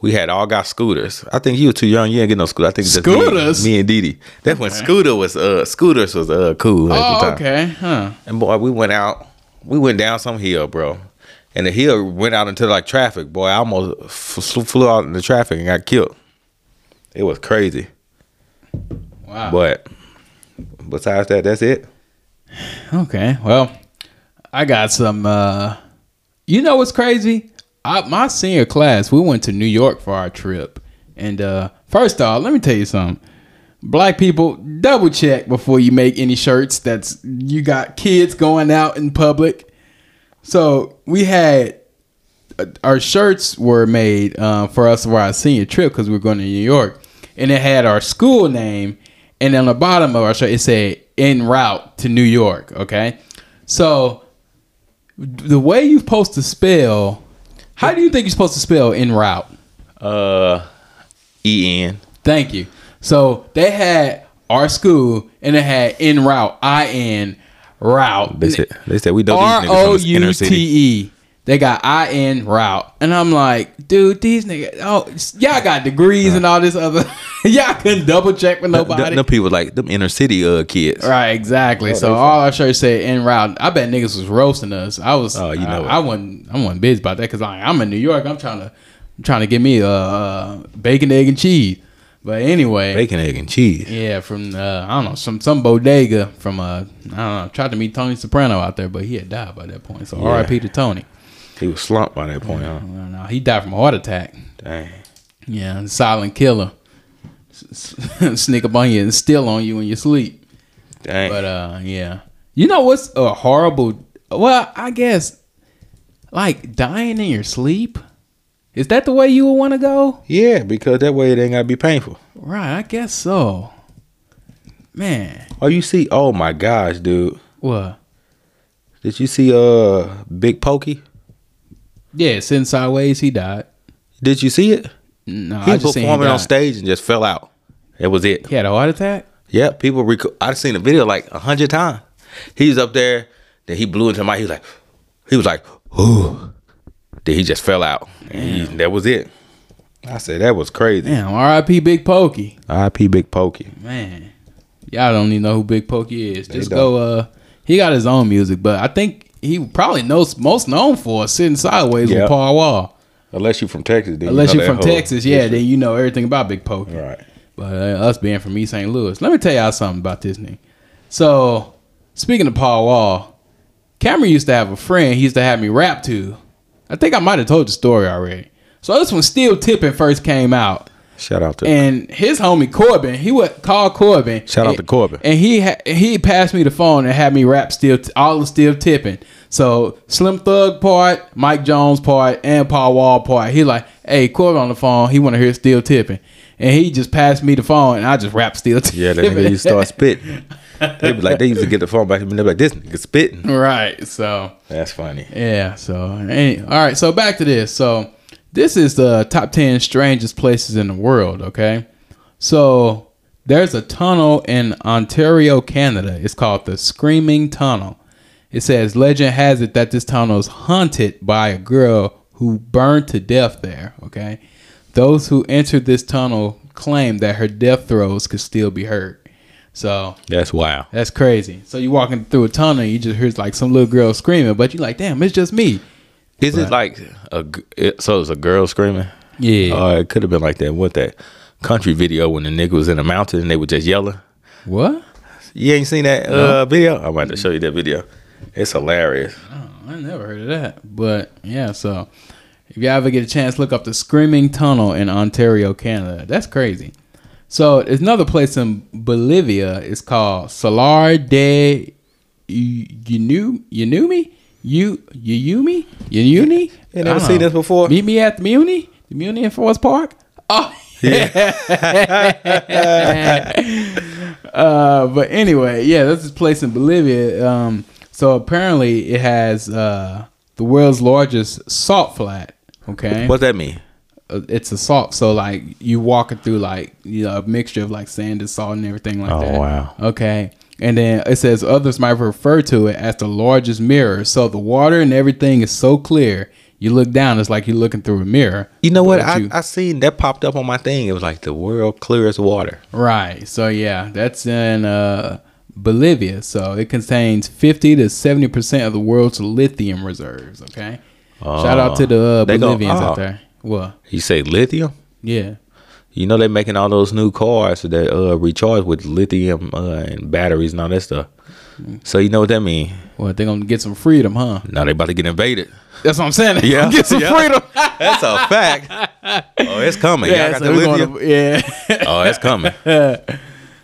[SPEAKER 1] we had all got scooters. I think you were too young. You didn't get no scooter. I think just me-
[SPEAKER 2] Scooters?
[SPEAKER 1] Me, and Didi. That's when scooter was uh scooters was uh cool. at the
[SPEAKER 2] Oh,
[SPEAKER 1] time.
[SPEAKER 2] okay, huh?
[SPEAKER 1] And boy, we went out. We went down some hill, bro. And the hill went out into like traffic. Boy, I almost f- flew out into traffic and got killed. It was crazy.
[SPEAKER 2] Wow.
[SPEAKER 1] But besides that, that's it.
[SPEAKER 2] Okay. Well, I got some. uh You know what's crazy? I, my senior class, we went to New York for our trip, and uh first off, let me tell you something. Black people, double check before you make any shirts. That's you got kids going out in public. So we had uh, our shirts were made uh, for us for our senior trip because we were going to New York, and it had our school name, and on the bottom of our shirt it said "En route to New York." Okay, so the way you're supposed to spell, how do you think you're supposed to spell "en route"?
[SPEAKER 1] Uh, E N.
[SPEAKER 2] Thank you. So they had our school, and it had "en route," I N route.
[SPEAKER 1] They said they said we E know
[SPEAKER 2] R
[SPEAKER 1] these
[SPEAKER 2] O
[SPEAKER 1] niggas from the
[SPEAKER 2] U
[SPEAKER 1] inner city.
[SPEAKER 2] T E. They got I N route, and I'm like, dude, these niggas. Oh, y'all got degrees and all this other. y'all couldn't double check with
[SPEAKER 1] Them,
[SPEAKER 2] nobody.
[SPEAKER 1] them people like them inner city uh kids.
[SPEAKER 2] Right, exactly. so all our shirts said en route. I bet niggas was roasting us. I was,
[SPEAKER 1] Oh, you know
[SPEAKER 2] I, I wasn't, I wasn't bitch about that because I'm in New York. I'm trying to, I'm trying to get me a uh, bacon, egg, and cheese. But anyway,
[SPEAKER 1] Bacon, egg, and cheese.
[SPEAKER 2] yeah, from uh, I don't know some some bodega from uh, I don't know. Tried to meet Tony Soprano out there, but he had died by that point. So R.I.P. to Tony.
[SPEAKER 1] He was slumped by that point, huh?
[SPEAKER 2] I don't know. He died from a heart attack.
[SPEAKER 1] Dang.
[SPEAKER 2] Yeah, silent killer. S- s- Sneak up on you and steal on you in your sleep.
[SPEAKER 1] Dang.
[SPEAKER 2] But uh, yeah, you know what's a horrible? Well, I guess like dying in your sleep. Is that the way you would want to go?
[SPEAKER 1] yeah, because that way it ain't gotta be painful.
[SPEAKER 2] Right, I guess so. Man,
[SPEAKER 1] Oh, you see? Oh my gosh, dude.
[SPEAKER 2] what?
[SPEAKER 1] Did you see uh Big Pokey?
[SPEAKER 2] Yeah, sitting sideways, he died.
[SPEAKER 1] Did you see it?
[SPEAKER 2] No,
[SPEAKER 1] He
[SPEAKER 2] I
[SPEAKER 1] was
[SPEAKER 2] just seen he,
[SPEAKER 1] performing on
[SPEAKER 2] died.
[SPEAKER 1] stage and just fell out. That was it.
[SPEAKER 2] he had a heart attack.
[SPEAKER 1] Yeah, people. Rec- I've seen the video like a hundred times. He was up there, then he blew into my. He was like, he was like, ooh. Then he just fell out, and he, that was it. I said that was crazy.
[SPEAKER 2] Damn, R.I.P. Big Pokey.
[SPEAKER 1] R.I.P. Big Pokey.
[SPEAKER 2] Man, y'all don't even know who Big Pokey is. Just
[SPEAKER 1] don't.
[SPEAKER 2] go. Uh, he got his own music, but I think he probably knows most known for is sitting sideways
[SPEAKER 1] Yeah.
[SPEAKER 2] with Paul Wall.
[SPEAKER 1] Unless you from Texas, then
[SPEAKER 2] Unless
[SPEAKER 1] you
[SPEAKER 2] you're
[SPEAKER 1] know
[SPEAKER 2] from
[SPEAKER 1] that whole
[SPEAKER 2] Texas, yeah,
[SPEAKER 1] history.
[SPEAKER 2] then you know everything about Big Pokey.
[SPEAKER 1] right.
[SPEAKER 2] But uh, us being from East St. Louis, let me tell y'all something about this nigga. So, speaking of Paul Wall, Cameron used to have a friend he used to have me rap to. I think I might have told the story already. So this one, Steel Tippin, first came out.
[SPEAKER 1] Shout out to
[SPEAKER 2] And his homie Corbin, he would call Corbin.
[SPEAKER 1] Shout out
[SPEAKER 2] And-
[SPEAKER 1] to Corbin.
[SPEAKER 2] And he ha- he passed me the phone and had me rap still all the still tipping. So Slim Thug part, Mike Jones part, and Paul Wall part. He like, hey Corbin on the phone. He want to hear still tipping, and he just passed me the phone and I just rap still tipping.
[SPEAKER 1] yeah. That nigga used to start spitting. They be like they used to get the phone back to me. They be like this nigga spitting.
[SPEAKER 2] right. So
[SPEAKER 1] That's funny.
[SPEAKER 2] Yeah. So, any- all right. So back to this. So this is the top ten strangest places in the world. Okay. So there's a tunnel in Ontario, Canada. It's called the Screaming Tunnel. It says legend has it that this tunnel is haunted by a girl who burned to death there. Okay. Those who entered this tunnel claim that her death throes could still be heard. So
[SPEAKER 1] That's wild.
[SPEAKER 2] that's crazy. So you walking through a tunnel, and you just hear like some little girl screaming, but you like, damn, it's just me.
[SPEAKER 1] Is it like a g- it, so? It's a girl screaming.
[SPEAKER 2] Yeah.
[SPEAKER 1] Uh, it could have been like that. What that country video when the nigga was in the mountain and they were just yelling.
[SPEAKER 2] what?
[SPEAKER 1] You ain't seen that uh, video? I'm about to show you that video. It's hilarious.
[SPEAKER 2] Oh, I never heard of that. But yeah, so if you ever get a chance, look up the Screaming Tunnel in Ontario, Canada. That's crazy. So there's another place in Bolivia. It's called Salar de Yunu Yunumi. You Yuyumi Yununi.
[SPEAKER 1] You
[SPEAKER 2] I
[SPEAKER 1] never
[SPEAKER 2] don't
[SPEAKER 1] seen
[SPEAKER 2] know.
[SPEAKER 1] this before?
[SPEAKER 2] Meet me at the Muni. The Muni in Forest Park. Oh uh, but anyway, yeah, that's this place in Bolivia. Um, so apparently, it has uh, the world's largest salt flat. Okay,
[SPEAKER 1] What's that mean?
[SPEAKER 2] Uh, it's a salt. So like you walking through like you know a mixture of like sand and salt and everything like
[SPEAKER 1] Oh,
[SPEAKER 2] that.
[SPEAKER 1] wow.
[SPEAKER 2] Okay. And then it says others might refer to it as the largest mirror. So the water and everything is so clear. You look down, it's like you're looking through a mirror.
[SPEAKER 1] You know what?
[SPEAKER 2] But
[SPEAKER 1] I,
[SPEAKER 2] you-
[SPEAKER 1] I seen that popped up on my thing. It was like the world clearest water.
[SPEAKER 2] Right. So yeah, that's in uh, Bolivia. So it contains 50 to 70 percent of the world's lithium reserves. Okay. Shout out to the uh,
[SPEAKER 1] They gon-
[SPEAKER 2] Bolivians out
[SPEAKER 1] oh.
[SPEAKER 2] there. Well,
[SPEAKER 1] You say lithium?
[SPEAKER 2] yeah.
[SPEAKER 1] You know they're making all those new cars that uh recharge with lithium uh, and batteries and all that stuff. So you know what that mean?
[SPEAKER 2] Well, they're gonna get some freedom, huh?
[SPEAKER 1] Now they about to get invaded.
[SPEAKER 2] That's what I'm saying.
[SPEAKER 1] Yeah,
[SPEAKER 2] get some
[SPEAKER 1] yeah.
[SPEAKER 2] freedom.
[SPEAKER 1] That's a fact. Oh, it's coming. Y'all
[SPEAKER 2] yeah.
[SPEAKER 1] got
[SPEAKER 2] So
[SPEAKER 1] the
[SPEAKER 2] we're
[SPEAKER 1] lithium.
[SPEAKER 2] gonna- yeah.
[SPEAKER 1] Oh, it's coming.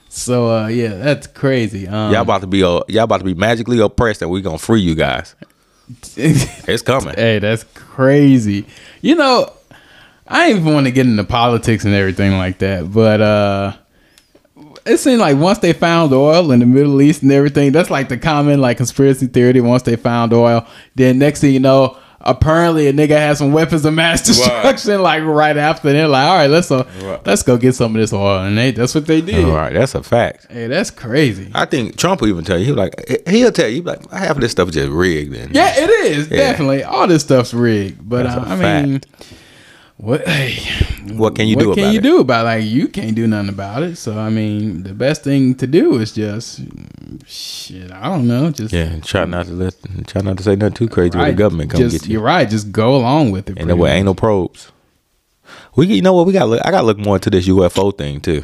[SPEAKER 2] so uh, yeah, that's crazy. Um,
[SPEAKER 1] Y'all about to be uh, y'all about to be magically oppressed, and we gonna free you guys. It's coming.
[SPEAKER 2] Hey, that's crazy. You know, I ain't even want to get into politics and everything like that, but uh it seemed like once they found oil in the Middle East and everything, that's like the common like conspiracy theory. Once they found oil, then next thing you know, apparently a nigga had some weapons of mass destruction. Like right after, they're like, "All right, let's uh, let's go get some of this oil," and they that's what they did.
[SPEAKER 1] All right, that's a fact.
[SPEAKER 2] Hey, that's crazy.
[SPEAKER 1] I think Trump will even tell you. He like he'll tell you like half of this stuff just rigged. And
[SPEAKER 2] Yeah, it is
[SPEAKER 1] Yeah.
[SPEAKER 2] definitely all this stuff's rigged. But
[SPEAKER 1] That's a
[SPEAKER 2] uh, I
[SPEAKER 1] fact.
[SPEAKER 2] mean, what? Hey,
[SPEAKER 1] what can you do
[SPEAKER 2] what
[SPEAKER 1] about
[SPEAKER 2] can you
[SPEAKER 1] it?
[SPEAKER 2] do about it? like you can't do nothing about it so i mean the best thing to do is just shit i don't know just
[SPEAKER 1] Yeah, and try not to listen. Try not to say nothing too crazy. Where
[SPEAKER 2] right,
[SPEAKER 1] the government come
[SPEAKER 2] just,
[SPEAKER 1] get you,
[SPEAKER 2] you're right just go along with it
[SPEAKER 1] and there were ain't no probes. We, you know what? We got. look I got to look more into this UFO thing too.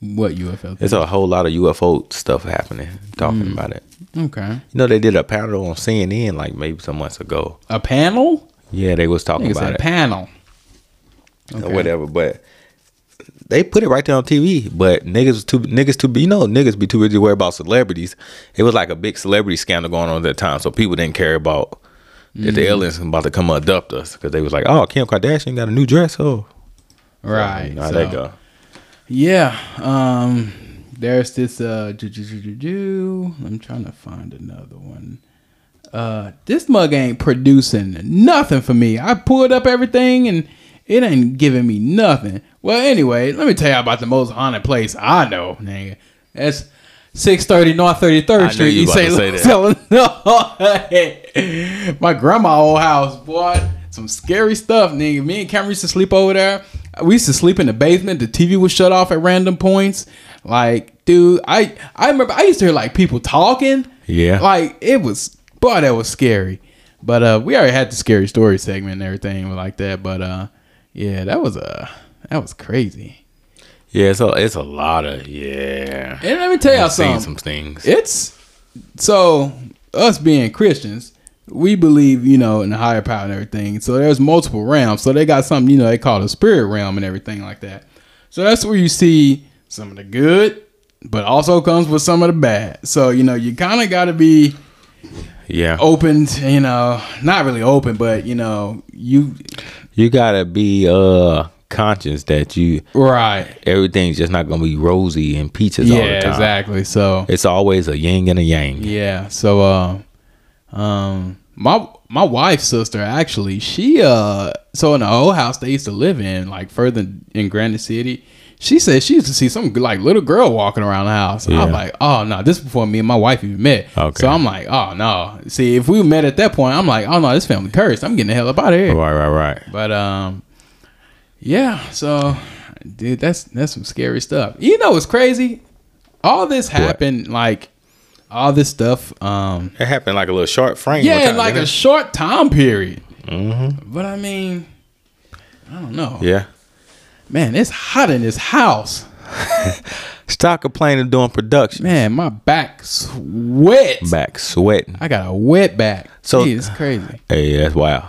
[SPEAKER 2] what ufl
[SPEAKER 1] There's a whole lot of UFO stuff happening. Talking
[SPEAKER 2] Mm-hmm.
[SPEAKER 1] about it.
[SPEAKER 2] okay
[SPEAKER 1] You know, they did a panel on CNN like maybe some months ago.
[SPEAKER 2] a panel
[SPEAKER 1] Yeah, they was
[SPEAKER 2] i think
[SPEAKER 1] talking
[SPEAKER 2] it's
[SPEAKER 1] about
[SPEAKER 2] a
[SPEAKER 1] it.
[SPEAKER 2] panel
[SPEAKER 1] or whatever. But they put it right there on TV. But niggas was too niggas too you know niggas be too busy worried about celebrities. It was like a big celebrity scandal going on at that time, so people didn't care about that
[SPEAKER 2] Mm.
[SPEAKER 1] the aliens was about to come abduct us because they was like, oh, Kim Kardashian got a new dress, oh,
[SPEAKER 2] right
[SPEAKER 1] Now
[SPEAKER 2] so-
[SPEAKER 1] they go.
[SPEAKER 2] yeah um there's this uh ju- ju- ju- ju- ju. i'm trying to find another one uh this mug ain't producing nothing for me i pulled up everything and it ain't giving me nothing well anyway let me tell you about the most haunted place i know nigga that's 630 north 33rd
[SPEAKER 1] knew
[SPEAKER 2] street
[SPEAKER 1] you
[SPEAKER 2] you
[SPEAKER 1] was
[SPEAKER 2] say,
[SPEAKER 1] about to say
[SPEAKER 2] no my grandma old house boy some scary stuff nigga me and cameron used to sleep over there we used to sleep in the basement the tv was shut off at random points like dude i i remember i used to hear like people talking
[SPEAKER 1] Yeah.
[SPEAKER 2] like it was boy that was scary but uh we already had the scary story segment and everything like that but uh yeah that was uh that was crazy
[SPEAKER 1] Yeah, so it's a lot of yeah.
[SPEAKER 2] and let me tell y'all
[SPEAKER 1] I've seen
[SPEAKER 2] something
[SPEAKER 1] some things.
[SPEAKER 2] it's so us being Christians, we believe you know in the higher power and everything. So there's multiple realms. So they got something you know they call the spirit realm and everything like that. So that's where you see some of the good, but also comes with some of the bad. So you know you kind of got to be
[SPEAKER 1] yeah,
[SPEAKER 2] open. To, you know, not really open, but you know you
[SPEAKER 1] you gotta be uh conscious that you
[SPEAKER 2] right.
[SPEAKER 1] everything's just not gonna be rosy and peaches all the
[SPEAKER 2] Yeah,
[SPEAKER 1] time.
[SPEAKER 2] exactly. So
[SPEAKER 1] It's always a yin and a yang.
[SPEAKER 2] Yeah. So uh um my my wife's sister actually, she uh so in the old house they used to live in, like further in Granite City, she said she used to see some like little girl walking around the house. I
[SPEAKER 1] Yeah.
[SPEAKER 2] was like, oh no, this before me and my wife even met.
[SPEAKER 1] Okay.
[SPEAKER 2] So I'm like, oh no. See, if we met at that point, I'm like, oh no, this family cursed. I'm getting the hell up out of here.
[SPEAKER 1] Right, right, right.
[SPEAKER 2] But um, yeah. So, dude, that's that's some scary stuff. You know, it's crazy. All this happened like all this stuff. Um,
[SPEAKER 1] It happened like a little short frame. one
[SPEAKER 2] yeah, in
[SPEAKER 1] time,
[SPEAKER 2] like a
[SPEAKER 1] didn't
[SPEAKER 2] short time period. But I mean, I don't know.
[SPEAKER 1] it? Mm-hmm. yeah.
[SPEAKER 2] Man, it's hot in this house.
[SPEAKER 1] Stop complaining during production.
[SPEAKER 2] Man, my back sweat.
[SPEAKER 1] Back sweating.
[SPEAKER 2] I got a wet back.
[SPEAKER 1] So-
[SPEAKER 2] So it's crazy.
[SPEAKER 1] Hey, that's wild.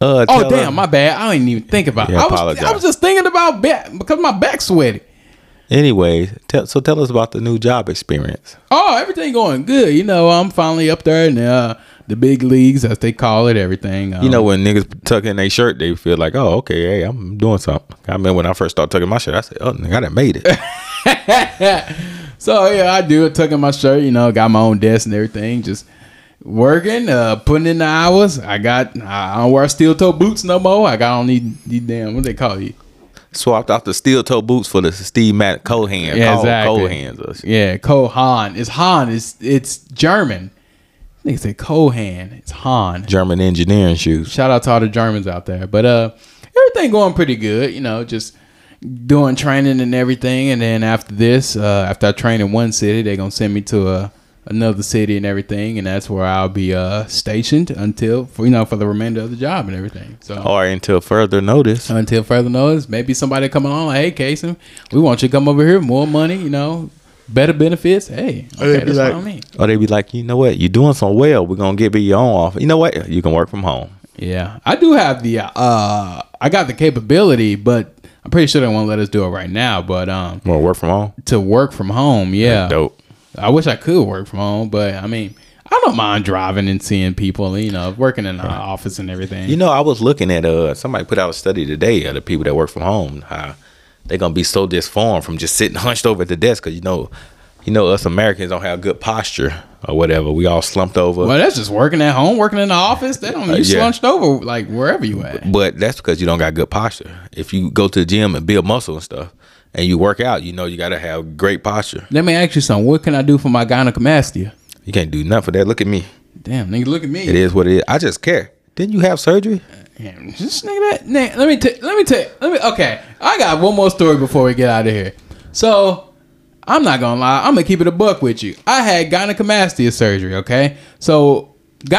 [SPEAKER 1] Uh,
[SPEAKER 2] Oh
[SPEAKER 1] tell
[SPEAKER 2] damn,
[SPEAKER 1] her-
[SPEAKER 2] my bad. I didn't even think about. it.
[SPEAKER 1] Yeah,
[SPEAKER 2] I was
[SPEAKER 1] apologize.
[SPEAKER 2] I was just thinking about back because my back sweaty.
[SPEAKER 1] Anyways, tell, so tell us about the new job experience.
[SPEAKER 2] Oh, everything going good. You know, I'm finally up there in uh, the big leagues, as they call it. Everything. Um,
[SPEAKER 1] You know, when niggas tuck in their shirt, they feel like, oh, okay, hey, I'm doing something. I mean, when I first started tucking my shirt, I said, oh, nigga, I done made it.
[SPEAKER 2] So yeah, I do it. Tucking my shirt. You know, got my own desk and everything. Just working, uh, putting in the hours. I got. I I don't wear steel toe boots no more. I got on these, these damn what they call you.
[SPEAKER 1] Swapped out the steel toe boots for the Steve Matt Cohan.
[SPEAKER 2] Yeah,
[SPEAKER 1] Yeah,
[SPEAKER 2] exactly.
[SPEAKER 1] Cohan's or uh, shit.
[SPEAKER 2] Yeah, Kohan. It's Han. It's it's German. They say Kohan. It's Han.
[SPEAKER 1] German engineering shoes.
[SPEAKER 2] Shout out to all the Germans out there. But uh, everything going pretty good. You know, just doing training and everything. And then after this, uh, after I train in one city, they're gonna send me to a another city and everything, and that's where I'll be uh stationed until for, you know for the remainder of the job and everything. So.
[SPEAKER 1] Or until further notice.
[SPEAKER 2] Until further notice, maybe somebody come along like, "Hey, Casey, we want you to come over here. More money, you know, better benefits. Hey, okay,
[SPEAKER 1] be
[SPEAKER 2] that's
[SPEAKER 1] like-
[SPEAKER 2] what I mean.
[SPEAKER 1] Or they be like, you know what? You're doing so well. We're going to give you your own off. You know what? You can work from home.
[SPEAKER 2] Yeah, I do have the uh, I got the capability, but I'm pretty sure they won't let us do it right now. But um,
[SPEAKER 1] Want to work from home?
[SPEAKER 2] to work from home, yeah,
[SPEAKER 1] Dope.
[SPEAKER 2] I wish I could work from home, but I mean, I don't mind driving and seeing people. You know, working in the office and everything.
[SPEAKER 1] You know, I was looking at uh somebody put out a study today of the people that work from home. How they're gonna be so disformed from just sitting hunched over at the desk because you know, you know us Americans don't have good posture or whatever. We all slumped over.
[SPEAKER 2] well, that's just working at home, working in the office. They don't you
[SPEAKER 1] Uh, yeah.
[SPEAKER 2] slunched over like wherever you at.
[SPEAKER 1] But that's because you don't got good posture. If you go to the gym and build muscle and stuff, and you work out, you know you gotta have great posture.
[SPEAKER 2] Let me ask you something. What can I do for my gynecomastia?
[SPEAKER 1] You can't do nothing for that. Look at me.
[SPEAKER 2] Damn, nigga, look at me.
[SPEAKER 1] It is what it is. I just care. Didn't you have surgery?
[SPEAKER 2] Damn, this nigga that nah, let me t- let me take let me okay. I got one more story before we get out of here. So I'm not gonna lie, I'm gonna keep it a buck with you. I had gynecomastia surgery, okay? So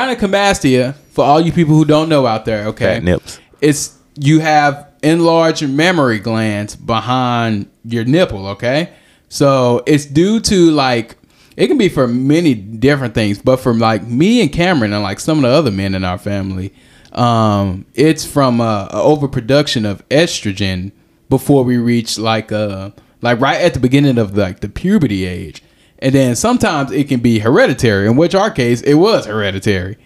[SPEAKER 2] gynecomastia, for all you people who don't know out there, okay,
[SPEAKER 1] Fat nips.
[SPEAKER 2] it's you have enlarged mammary glands behind your nipple, okay? So it's due to like it can be for many different things, but from like me and Cameron and like some of the other men in our family, um, it's from uh, a overproduction of estrogen before we reach like uh like right at the beginning of like the puberty age. And then sometimes it can be hereditary, in which our case it was hereditary.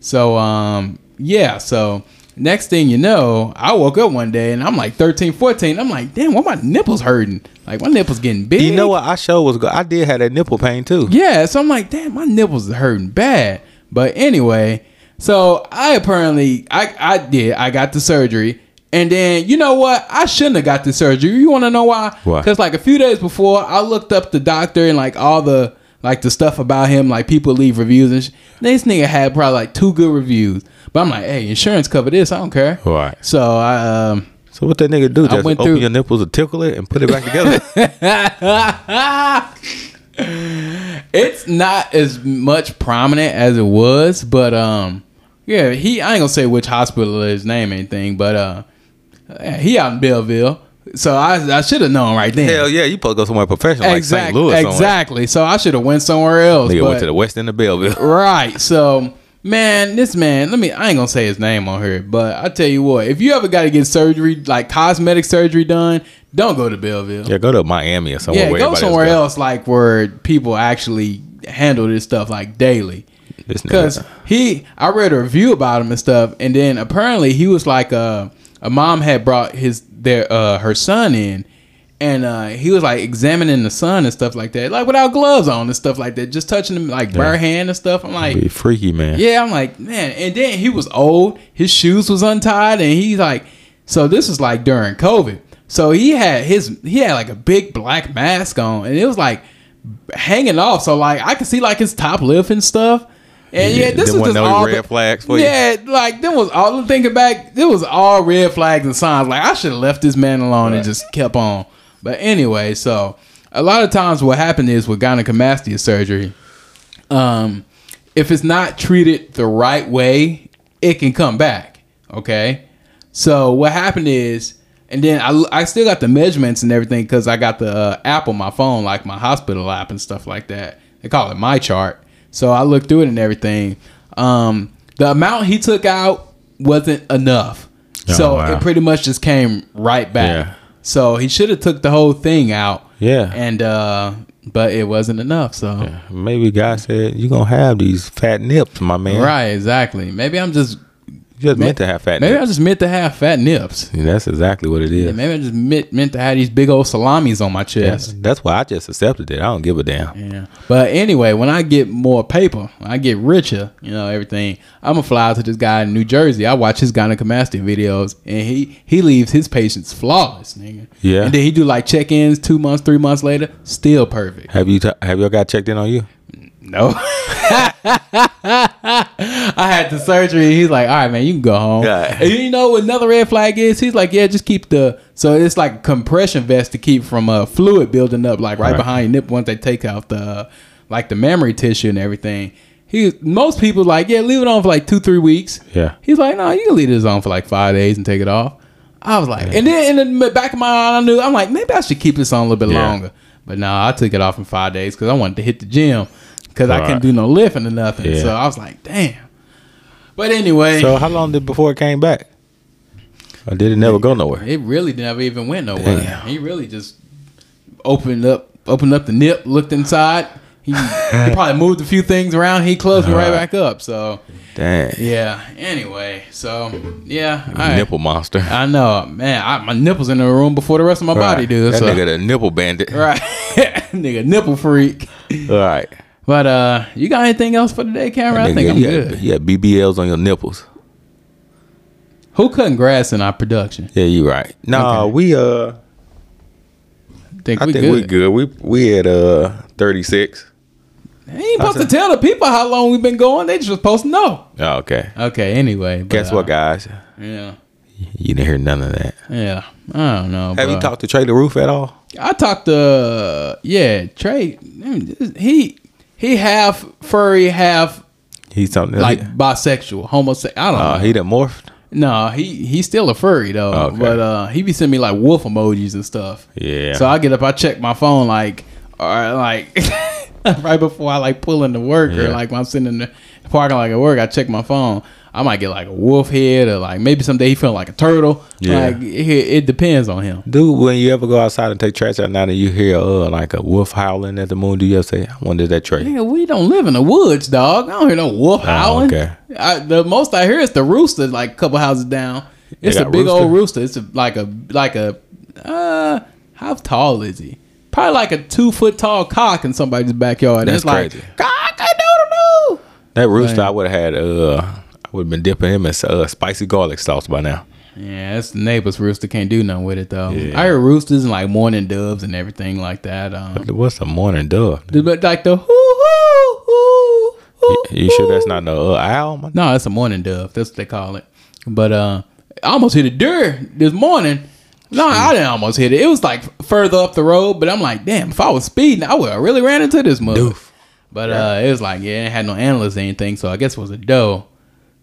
[SPEAKER 2] So um yeah, so next thing you know, I woke up one day and I'm like 13, 14. I'm like, damn, why my nipples hurting? Like my nipples getting big.
[SPEAKER 1] You know what? I sure was. Go- I did have that nipple pain too.
[SPEAKER 2] Yeah, so I'm like, damn, my nipples are hurting bad. But anyway, so I apparently I I did I got the surgery. And then you know what? I shouldn't have got the surgery. You want to know why?
[SPEAKER 1] Why?
[SPEAKER 2] Because like a few days before, I looked up the doctor and like all the like the stuff about him. Like people leave reviews and sh- this nigga had probably like two good reviews. But I'm like, hey, insurance cover this. I don't care.
[SPEAKER 1] Right.
[SPEAKER 2] So I um,
[SPEAKER 1] So what that nigga do? Just
[SPEAKER 2] went
[SPEAKER 1] open
[SPEAKER 2] through-
[SPEAKER 1] your nipples and tickle it and put it back together.
[SPEAKER 2] it's not as much prominent as it was, but um, yeah, he. I ain't gonna say which hospital his name or anything, but uh, he out in Belleville, so I I should have known right then.
[SPEAKER 1] Hell yeah, you supposed to go somewhere professional like St.
[SPEAKER 2] exactly,
[SPEAKER 1] Louis. Exactly.
[SPEAKER 2] exactly. So I should have went somewhere else.
[SPEAKER 1] Nigga
[SPEAKER 2] but-
[SPEAKER 1] went to the West End of Belleville.
[SPEAKER 2] Right. So, man, this man, let me, I ain't gonna say his name on here, but I tell you what, if you ever gotta get surgery, like cosmetic surgery done, don't go to Belleville.
[SPEAKER 1] Yeah, go to Miami or somewhere.
[SPEAKER 2] yeah,
[SPEAKER 1] where
[SPEAKER 2] go
[SPEAKER 1] everybody
[SPEAKER 2] somewhere
[SPEAKER 1] go.
[SPEAKER 2] else, like where people actually handle this stuff like daily.
[SPEAKER 1] This
[SPEAKER 2] Because
[SPEAKER 1] nigga.
[SPEAKER 2] he, I read a review about him and stuff, and then apparently he was like, uh, a mom had brought his their uh her son in, and uh he was like examining the son and stuff like that, like without gloves on and stuff like that, just touching him like bare hand and stuff. I'm like,
[SPEAKER 1] Be freaky, man.
[SPEAKER 2] yeah, I'm like, man. And then he was old. His shoes was untied, and he's like, so this was like during COVID. So he had his he had like a big black mask on, and it was like hanging off. So like I could see like his top lip and stuff. And
[SPEAKER 1] Yeah,
[SPEAKER 2] yeah, this
[SPEAKER 1] them
[SPEAKER 2] was
[SPEAKER 1] wasn't no
[SPEAKER 2] just all
[SPEAKER 1] red
[SPEAKER 2] the-
[SPEAKER 1] flags for you?
[SPEAKER 2] Yeah, like there was all thinking back, there was all red flags and signs. Like I should have left this man alone and just kept on. But anyway, so a lot of times what happened is with gynecomastia surgery, um, if it's not treated the right way, it can come back. Okay. So what happened is And then I, I still got the measurements and everything because I got the uh, app on my phone, like my hospital app and stuff like that. They call it my chart. So I looked through it and everything. Um, the amount he took out wasn't enough. so
[SPEAKER 1] Oh, wow.
[SPEAKER 2] it pretty much just came right back.
[SPEAKER 1] Yeah.
[SPEAKER 2] So he should have took the whole thing out.
[SPEAKER 1] Yeah.
[SPEAKER 2] And uh, but it wasn't enough. So
[SPEAKER 1] Maybe God said you gonna have these fat nips, my man.
[SPEAKER 2] right, exactly. Maybe I'm just
[SPEAKER 1] You just meant to have fat
[SPEAKER 2] maybe I
[SPEAKER 1] nips.
[SPEAKER 2] just meant to have fat nips.
[SPEAKER 1] Yeah, that's exactly what it is.
[SPEAKER 2] Maybe I just meant, meant to have these big old salamis on my chest.
[SPEAKER 1] That's why I just accepted it. I don't give a damn.
[SPEAKER 2] Yeah. But anyway, when I get more paper, when I get richer, you know, everything, I'm gonna fly out to this guy in New Jersey. I watch his gynecomastia videos and he he leaves his patients flawless, nigga.
[SPEAKER 1] Yeah.
[SPEAKER 2] And then he do like check ins two months, three months later, still perfect.
[SPEAKER 1] Have you t- have your guy checked in on you?
[SPEAKER 2] No. I had the surgery. and He's like, all right, man, you can go home.
[SPEAKER 1] Yeah.
[SPEAKER 2] And you know what another red flag is? He's like, yeah, just keep the. So it's like compression vest to keep from uh, fluid building up, like right,
[SPEAKER 1] Right.
[SPEAKER 2] behind your nip once they take out the, uh, like the mammary tissue and everything. He most people like, yeah, leave it on for like two, three weeks.
[SPEAKER 1] Yeah.
[SPEAKER 2] He's like, no, you can leave this on for like five days and take it off. I was like, and then in the back of my mind, I knew I'm like, maybe I should keep this on a little bit
[SPEAKER 1] Yeah.
[SPEAKER 2] longer. But no, I took it off in five days because I wanted to hit the gym because I couldn't
[SPEAKER 1] Right.
[SPEAKER 2] do no lifting or nothing.
[SPEAKER 1] Yeah.
[SPEAKER 2] So I was like, damn. But anyway,
[SPEAKER 1] So how long did before it came back? Or did it never go nowhere?
[SPEAKER 2] it really never even went nowhere.
[SPEAKER 1] Damn.
[SPEAKER 2] He really just opened up, opened up the nip, looked inside. He, he probably moved a few things around. He closed me right
[SPEAKER 1] Alright.
[SPEAKER 2] back up. So
[SPEAKER 1] Dang.
[SPEAKER 2] yeah. Anyway, so yeah. all right.
[SPEAKER 1] Nipple monster.
[SPEAKER 2] I know, man. I, my nipples in the room before the rest of my body,
[SPEAKER 1] Right.
[SPEAKER 2] dude.
[SPEAKER 1] That
[SPEAKER 2] so.
[SPEAKER 1] nigga the nipple bandit.
[SPEAKER 2] Right, nigga, nipple freak.
[SPEAKER 1] All right.
[SPEAKER 2] But uh, you got anything else for today, Cameron? I
[SPEAKER 1] Nigga,
[SPEAKER 2] think I'm
[SPEAKER 1] you
[SPEAKER 2] good.
[SPEAKER 1] Had, you had BBLs on your nipples.
[SPEAKER 2] Who cutting grass in our production?
[SPEAKER 1] Yeah, you right. Nah,
[SPEAKER 2] Okay.
[SPEAKER 1] we uh
[SPEAKER 2] Think
[SPEAKER 1] I
[SPEAKER 2] we
[SPEAKER 1] think
[SPEAKER 2] good?
[SPEAKER 1] we good. We we at uh thirty six.
[SPEAKER 2] They ain't supposed to tell the people how long we've been going. They just supposed to know.
[SPEAKER 1] Oh, okay.
[SPEAKER 2] Okay. Anyway, but,
[SPEAKER 1] Guess what,
[SPEAKER 2] uh,
[SPEAKER 1] guys?
[SPEAKER 2] Yeah,
[SPEAKER 1] You didn't hear none of that.
[SPEAKER 2] yeah. I don't know.
[SPEAKER 1] Have you
[SPEAKER 2] bruh.
[SPEAKER 1] talked to Trey Roof at all?
[SPEAKER 2] I talked to yeah Trey. mm, He he half furry, half
[SPEAKER 1] He's something
[SPEAKER 2] like
[SPEAKER 1] He,
[SPEAKER 2] bisexual, homosexual. I don't know.
[SPEAKER 1] uh, he done morphed.
[SPEAKER 2] No, he he's still a furry though.
[SPEAKER 1] Okay.
[SPEAKER 2] But uh, he be sending me like wolf emojis and stuff.
[SPEAKER 1] Yeah.
[SPEAKER 2] So I get up, I check my phone like, all right, like right before I like pull into work or
[SPEAKER 1] Yeah.
[SPEAKER 2] like when I'm sitting in the parking lot at work, I check my phone. I might get like a wolf head or like maybe someday he feeling like a turtle.
[SPEAKER 1] Yeah.
[SPEAKER 2] Like it, it depends on him.
[SPEAKER 1] Dude, when you ever go outside and take trash out now and you hear uh like a wolf howling at the moon, do you ever say, I wonder is that Trey?
[SPEAKER 2] Nigga, we don't live in the woods, dog. I don't hear no wolf howling.
[SPEAKER 1] Oh, okay.
[SPEAKER 2] I, the most I hear is the rooster, like a couple houses down. It's a
[SPEAKER 1] got
[SPEAKER 2] big old
[SPEAKER 1] rooster?
[SPEAKER 2] rooster. It's a, like a like a uh, how tall is he? Probably like a two foot tall cock in somebody's backyard.
[SPEAKER 1] That's
[SPEAKER 2] it's like
[SPEAKER 1] crazy.
[SPEAKER 2] cock I don't know.
[SPEAKER 1] That rooster I would have had uh I would have been dipping him in uh, spicy garlic sauce by now.
[SPEAKER 2] Yeah, that's the neighbor's rooster. Can't do nothing with it though.
[SPEAKER 1] Yeah.
[SPEAKER 2] I hear roosters and like morning doves and everything like that. Um,
[SPEAKER 1] What's a morning dove?
[SPEAKER 2] but like the hoo hoo hoo. hoo,
[SPEAKER 1] You sure
[SPEAKER 2] hoo.
[SPEAKER 1] that's not no uh, owl? my-
[SPEAKER 2] No, it's a morning dove. That's what they call it. But uh, I almost hit a deer this morning. No, I didn't almost hit it. It was like further up the road, but I'm like, damn, if I was speeding, I would have really ran into this mother.
[SPEAKER 1] Doof.
[SPEAKER 2] But uh, it was like, yeah, it had no analysts or anything, so I guess it was a doe.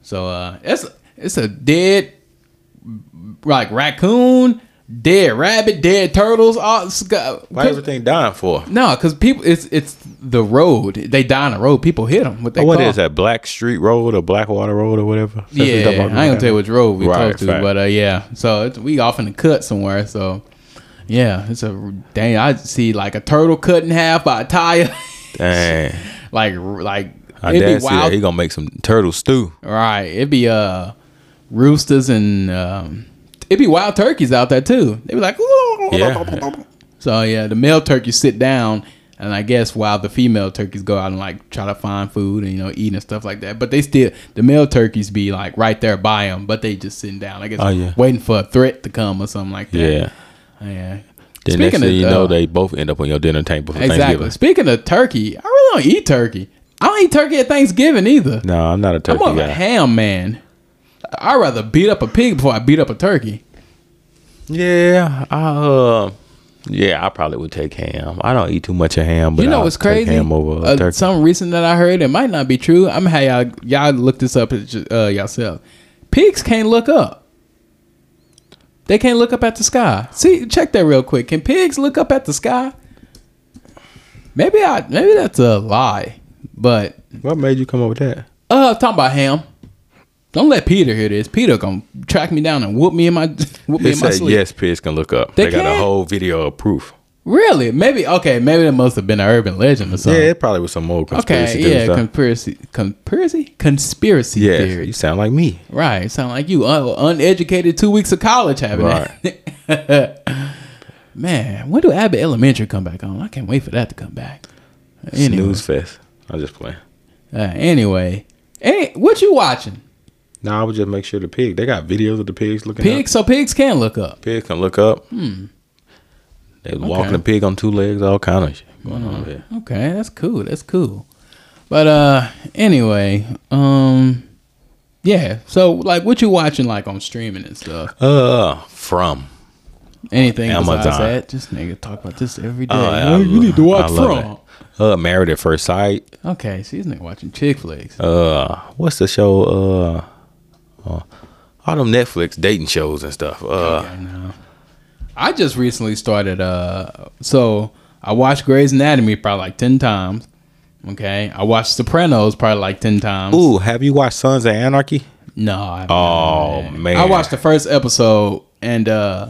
[SPEAKER 2] So uh, it's it's a dead like raccoon, dead rabbit, dead turtles. All, it's got-
[SPEAKER 1] Why everything dying for?
[SPEAKER 2] no, because people, it's it's the road. They die on the road. People hit them. What they
[SPEAKER 1] Oh, What
[SPEAKER 2] call
[SPEAKER 1] is that? Black Street Road or Blackwater Road or whatever? That's what
[SPEAKER 2] Yeah,
[SPEAKER 1] you're
[SPEAKER 2] I ain't
[SPEAKER 1] talking about.
[SPEAKER 2] gonna tell you which road we
[SPEAKER 1] Right,
[SPEAKER 2] talked to,
[SPEAKER 1] fact.
[SPEAKER 2] but uh, yeah. So it's, we off in the cut somewhere. So yeah, it's a dang. I see like a turtle cut in half by a tire,
[SPEAKER 1] Dang.
[SPEAKER 2] like like
[SPEAKER 1] I
[SPEAKER 2] it'd
[SPEAKER 1] dad
[SPEAKER 2] be
[SPEAKER 1] see that.
[SPEAKER 2] wild.
[SPEAKER 1] He gonna make some turtle stew.
[SPEAKER 2] Right, it'd be uh roosters and um, it'd be wild turkeys out there too. They'd be like,
[SPEAKER 1] Yeah.
[SPEAKER 2] so yeah, the male turkeys sit down, and I guess while the female turkeys go out and like try to find food and you know eat and stuff like that. But they still the male turkeys be like right there by them, but they just sitting down. I guess
[SPEAKER 1] Oh, yeah.
[SPEAKER 2] waiting for a threat to come or something like that.
[SPEAKER 1] Yeah.
[SPEAKER 2] yeah.
[SPEAKER 1] Then next thing you know, they both end up on your dinner table for
[SPEAKER 2] uh, exactly.
[SPEAKER 1] Thanksgiving.
[SPEAKER 2] Speaking of turkey, I really don't eat turkey. I don't eat turkey at Thanksgiving either.
[SPEAKER 1] No, I'm not a
[SPEAKER 2] I'm
[SPEAKER 1] turkey
[SPEAKER 2] more of a
[SPEAKER 1] guy.
[SPEAKER 2] ham man. I'd rather beat up a pig before I beat up a turkey.
[SPEAKER 1] yeah, I uh, yeah, I probably would take ham. I don't eat too much of ham, but
[SPEAKER 2] you know
[SPEAKER 1] I'll
[SPEAKER 2] what's
[SPEAKER 1] take
[SPEAKER 2] crazy?
[SPEAKER 1] Ham over uh,
[SPEAKER 2] Uh,
[SPEAKER 1] turkey.
[SPEAKER 2] Some recent that I heard it might not be true. I'm gonna have y'all y'all look this up uh, yourself. Pigs can't look up. They can't look up at the sky. See, check that real quick. Can pigs look up at the sky? Maybe I maybe that's a lie. But
[SPEAKER 1] What made you come up with that?
[SPEAKER 2] uh talking about ham. Don't let Peter hear this. Peter gonna track me down and whoop me in my whoop me
[SPEAKER 1] They
[SPEAKER 2] in my
[SPEAKER 1] said
[SPEAKER 2] sleep.
[SPEAKER 1] yes, pigs can look up.
[SPEAKER 2] They
[SPEAKER 1] They, got a
[SPEAKER 2] can?
[SPEAKER 1] whole video of proof.
[SPEAKER 2] Really? Maybe okay, maybe that must have been an urban legend or something.
[SPEAKER 1] Yeah, it probably was some more conspiracy
[SPEAKER 2] okay,
[SPEAKER 1] theory
[SPEAKER 2] yeah,
[SPEAKER 1] stuff.
[SPEAKER 2] conspiracy conspiracy? Conspiracy
[SPEAKER 1] yeah,
[SPEAKER 2] theory.
[SPEAKER 1] you sound like me.
[SPEAKER 2] Right. Sound like you un- uneducated two weeks of college having that. Man, when do Abbott Elementary come back on? I can't wait for that to come back. Anyway,
[SPEAKER 1] Snooze fest. I'm just playing.
[SPEAKER 2] uh, anyway. Hey, what you watching?
[SPEAKER 1] No, I would just make sure the pig. They got videos of the pigs looking up.
[SPEAKER 2] Pigs, so pigs can look up.
[SPEAKER 1] Pig can look up. Hmm. They was walking a pig on two legs, all kind of shit going on there.
[SPEAKER 2] Okay, that's cool. That's cool. But uh, anyway, um, yeah. So like, what you watching like on streaming and stuff?
[SPEAKER 1] Uh, from.
[SPEAKER 2] Anything besides
[SPEAKER 1] Amazon.
[SPEAKER 2] that? Just nigga talk about this every day.
[SPEAKER 1] Uh, I
[SPEAKER 2] Hey, you need to
[SPEAKER 1] lo-
[SPEAKER 2] watch
[SPEAKER 1] I love
[SPEAKER 2] from.
[SPEAKER 1] it. Uh, Married at First Sight.
[SPEAKER 2] Okay, so he's not watching chick flicks.
[SPEAKER 1] Uh, what's the show? Uh, uh, all them Netflix dating shows and stuff. Uh,
[SPEAKER 2] I know. I just recently started. Uh, so I watched Grey's Anatomy probably like ten times. Okay, I watched Sopranos probably like ten times.
[SPEAKER 1] ooh, have you watched Sons of Anarchy?
[SPEAKER 2] No, I haven't
[SPEAKER 1] Oh,
[SPEAKER 2] done that.
[SPEAKER 1] man.
[SPEAKER 2] I watched the first episode and uh,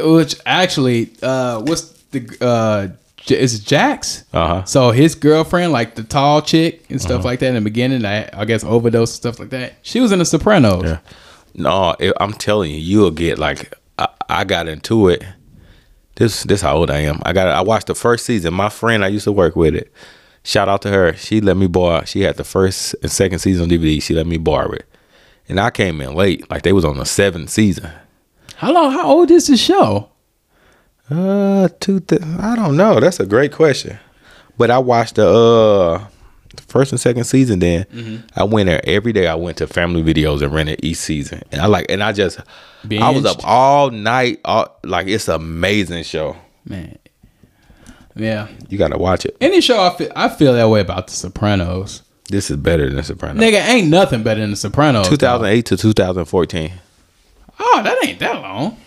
[SPEAKER 2] which actually uh, what's the uh. J- Is it Jax?
[SPEAKER 1] Uh-huh.
[SPEAKER 2] So his girlfriend, like the tall chick and stuff like that, in the beginning, I, I guess overdose and stuff like that. She was in The Sopranos.
[SPEAKER 1] No, it, I'm telling you, you'll get like I, I got into it. This this how old I am. I got I watched the first season. My friend I used to work with it. Shout out to her. She let me borrow. She had the first and second season on DVD. She let me borrow it, and I came in late. Like they was on the seventh season.
[SPEAKER 2] How long? How old is the show?
[SPEAKER 1] Uh, two. Th- I don't know. That's a great question. But I watched the uh the first and second season. Then
[SPEAKER 2] Mm-hmm.
[SPEAKER 1] I went there every day. I went to Family Videos and rented each season. And I like, and I just, I was
[SPEAKER 2] Binged?
[SPEAKER 1] up all night. All, like it's an amazing show.
[SPEAKER 2] Man, yeah.
[SPEAKER 1] You gotta watch it.
[SPEAKER 2] Any show, I feel, I feel that way about The Sopranos.
[SPEAKER 1] This is better than Sopranos.
[SPEAKER 2] Nigga, ain't nothing better than The Sopranos.
[SPEAKER 1] 2008 to 2014.
[SPEAKER 2] Oh, that ain't that long.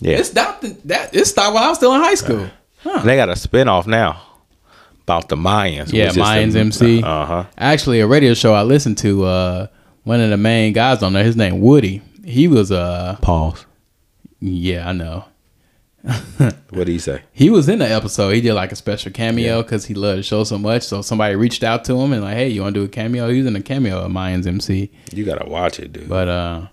[SPEAKER 1] Yeah,
[SPEAKER 2] It's not the, that. It stopped while I was still in high school. Huh.
[SPEAKER 1] and they got a spinoff now about the Mayans.
[SPEAKER 2] Yeah, Mayans MC.
[SPEAKER 1] Uh huh.
[SPEAKER 2] Actually, a radio show I listened to. Uh, one of the main guys on there, his name Woody. He was uh,
[SPEAKER 1] Pause.
[SPEAKER 2] yeah, I know.
[SPEAKER 1] What do you say?
[SPEAKER 2] He was in the episode. He did like a special cameo because he loved the show so much. So somebody reached out to him and like, hey, you want to do a cameo? He was in a cameo of Mayans MC.
[SPEAKER 1] You gotta watch it, dude.
[SPEAKER 2] But uh,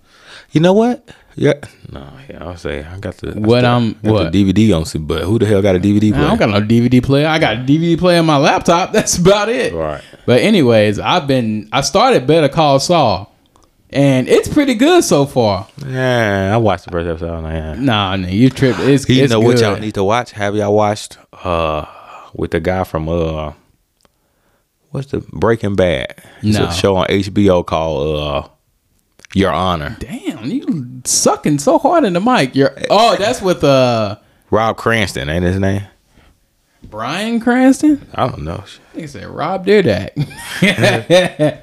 [SPEAKER 1] You know what? Yeah. No, yeah, I'll say I got the I
[SPEAKER 2] What I'm-
[SPEAKER 1] got
[SPEAKER 2] what?
[SPEAKER 1] the DVD on see, but who the hell got a DVD
[SPEAKER 2] I
[SPEAKER 1] player?
[SPEAKER 2] don't got no DVD player. I got a DVD player on my laptop. That's about it.
[SPEAKER 1] Right.
[SPEAKER 2] But anyways, I've been I started Better Call Saul, and it's pretty good so far.
[SPEAKER 1] yeah, I watched the first episode. and I-
[SPEAKER 2] Nah, nah you tripped. It's
[SPEAKER 1] You
[SPEAKER 2] it's
[SPEAKER 1] know
[SPEAKER 2] good.
[SPEAKER 1] what y'all need to watch? Have y'all watched uh with the guy from uh what's the Breaking Bad? It's
[SPEAKER 2] No.
[SPEAKER 1] a show on HBO called uh Your Honor.
[SPEAKER 2] Damn, you sucking so hard in the mic. You're oh, that's with uh
[SPEAKER 1] Rob Cranston, ain't his name?
[SPEAKER 2] Brian Cranston.
[SPEAKER 1] I don't know.
[SPEAKER 2] They said Rob Deerdack.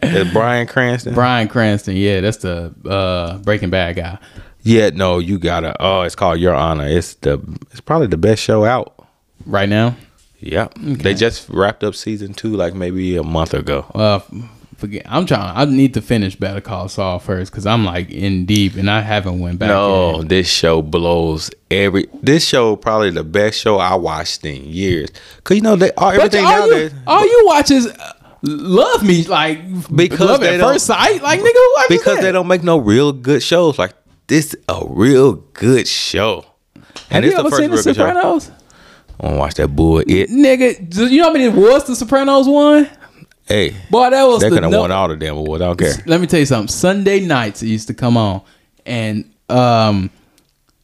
[SPEAKER 1] Is Brian Cranston?
[SPEAKER 2] Brian Cranston, yeah, that's the uh, Breaking Bad guy.
[SPEAKER 1] yeah, no, you gotta. Oh, it's called Your Honor. It's the it's probably the best show out.
[SPEAKER 2] Right now,
[SPEAKER 1] Yep. They just wrapped up season two like maybe a month ago.
[SPEAKER 2] uh, forget. I'm trying. I need to finish Better Call Saul first because I'm like in deep and I haven't went back.
[SPEAKER 1] No,
[SPEAKER 2] yet.
[SPEAKER 1] Oh, this show blows every. This show probably the best show I watched in years. Cause you know they all
[SPEAKER 2] but
[SPEAKER 1] everything
[SPEAKER 2] all you,
[SPEAKER 1] nowadays
[SPEAKER 2] all you watch is uh, Love Me, like
[SPEAKER 1] Because
[SPEAKER 2] Love
[SPEAKER 1] they
[SPEAKER 2] at
[SPEAKER 1] don't-
[SPEAKER 2] First Sight, like nigga. Who watches
[SPEAKER 1] because
[SPEAKER 2] that?
[SPEAKER 1] they don't make no real good shows. Like this, a real good show.
[SPEAKER 2] Have
[SPEAKER 1] And
[SPEAKER 2] you
[SPEAKER 1] it's the
[SPEAKER 2] ever
[SPEAKER 1] first
[SPEAKER 2] seen
[SPEAKER 1] real
[SPEAKER 2] The
[SPEAKER 1] good show.
[SPEAKER 2] Sopranos?
[SPEAKER 1] I want to watch that bull. It
[SPEAKER 2] Nigga, do you know how many was The Sopranos one?
[SPEAKER 1] hey,
[SPEAKER 2] Boy, that was
[SPEAKER 1] they
[SPEAKER 2] the
[SPEAKER 1] could have
[SPEAKER 2] no-
[SPEAKER 1] won all the damn awards. I don't care.
[SPEAKER 2] Let me tell you something. Sunday nights it used to come on, and um,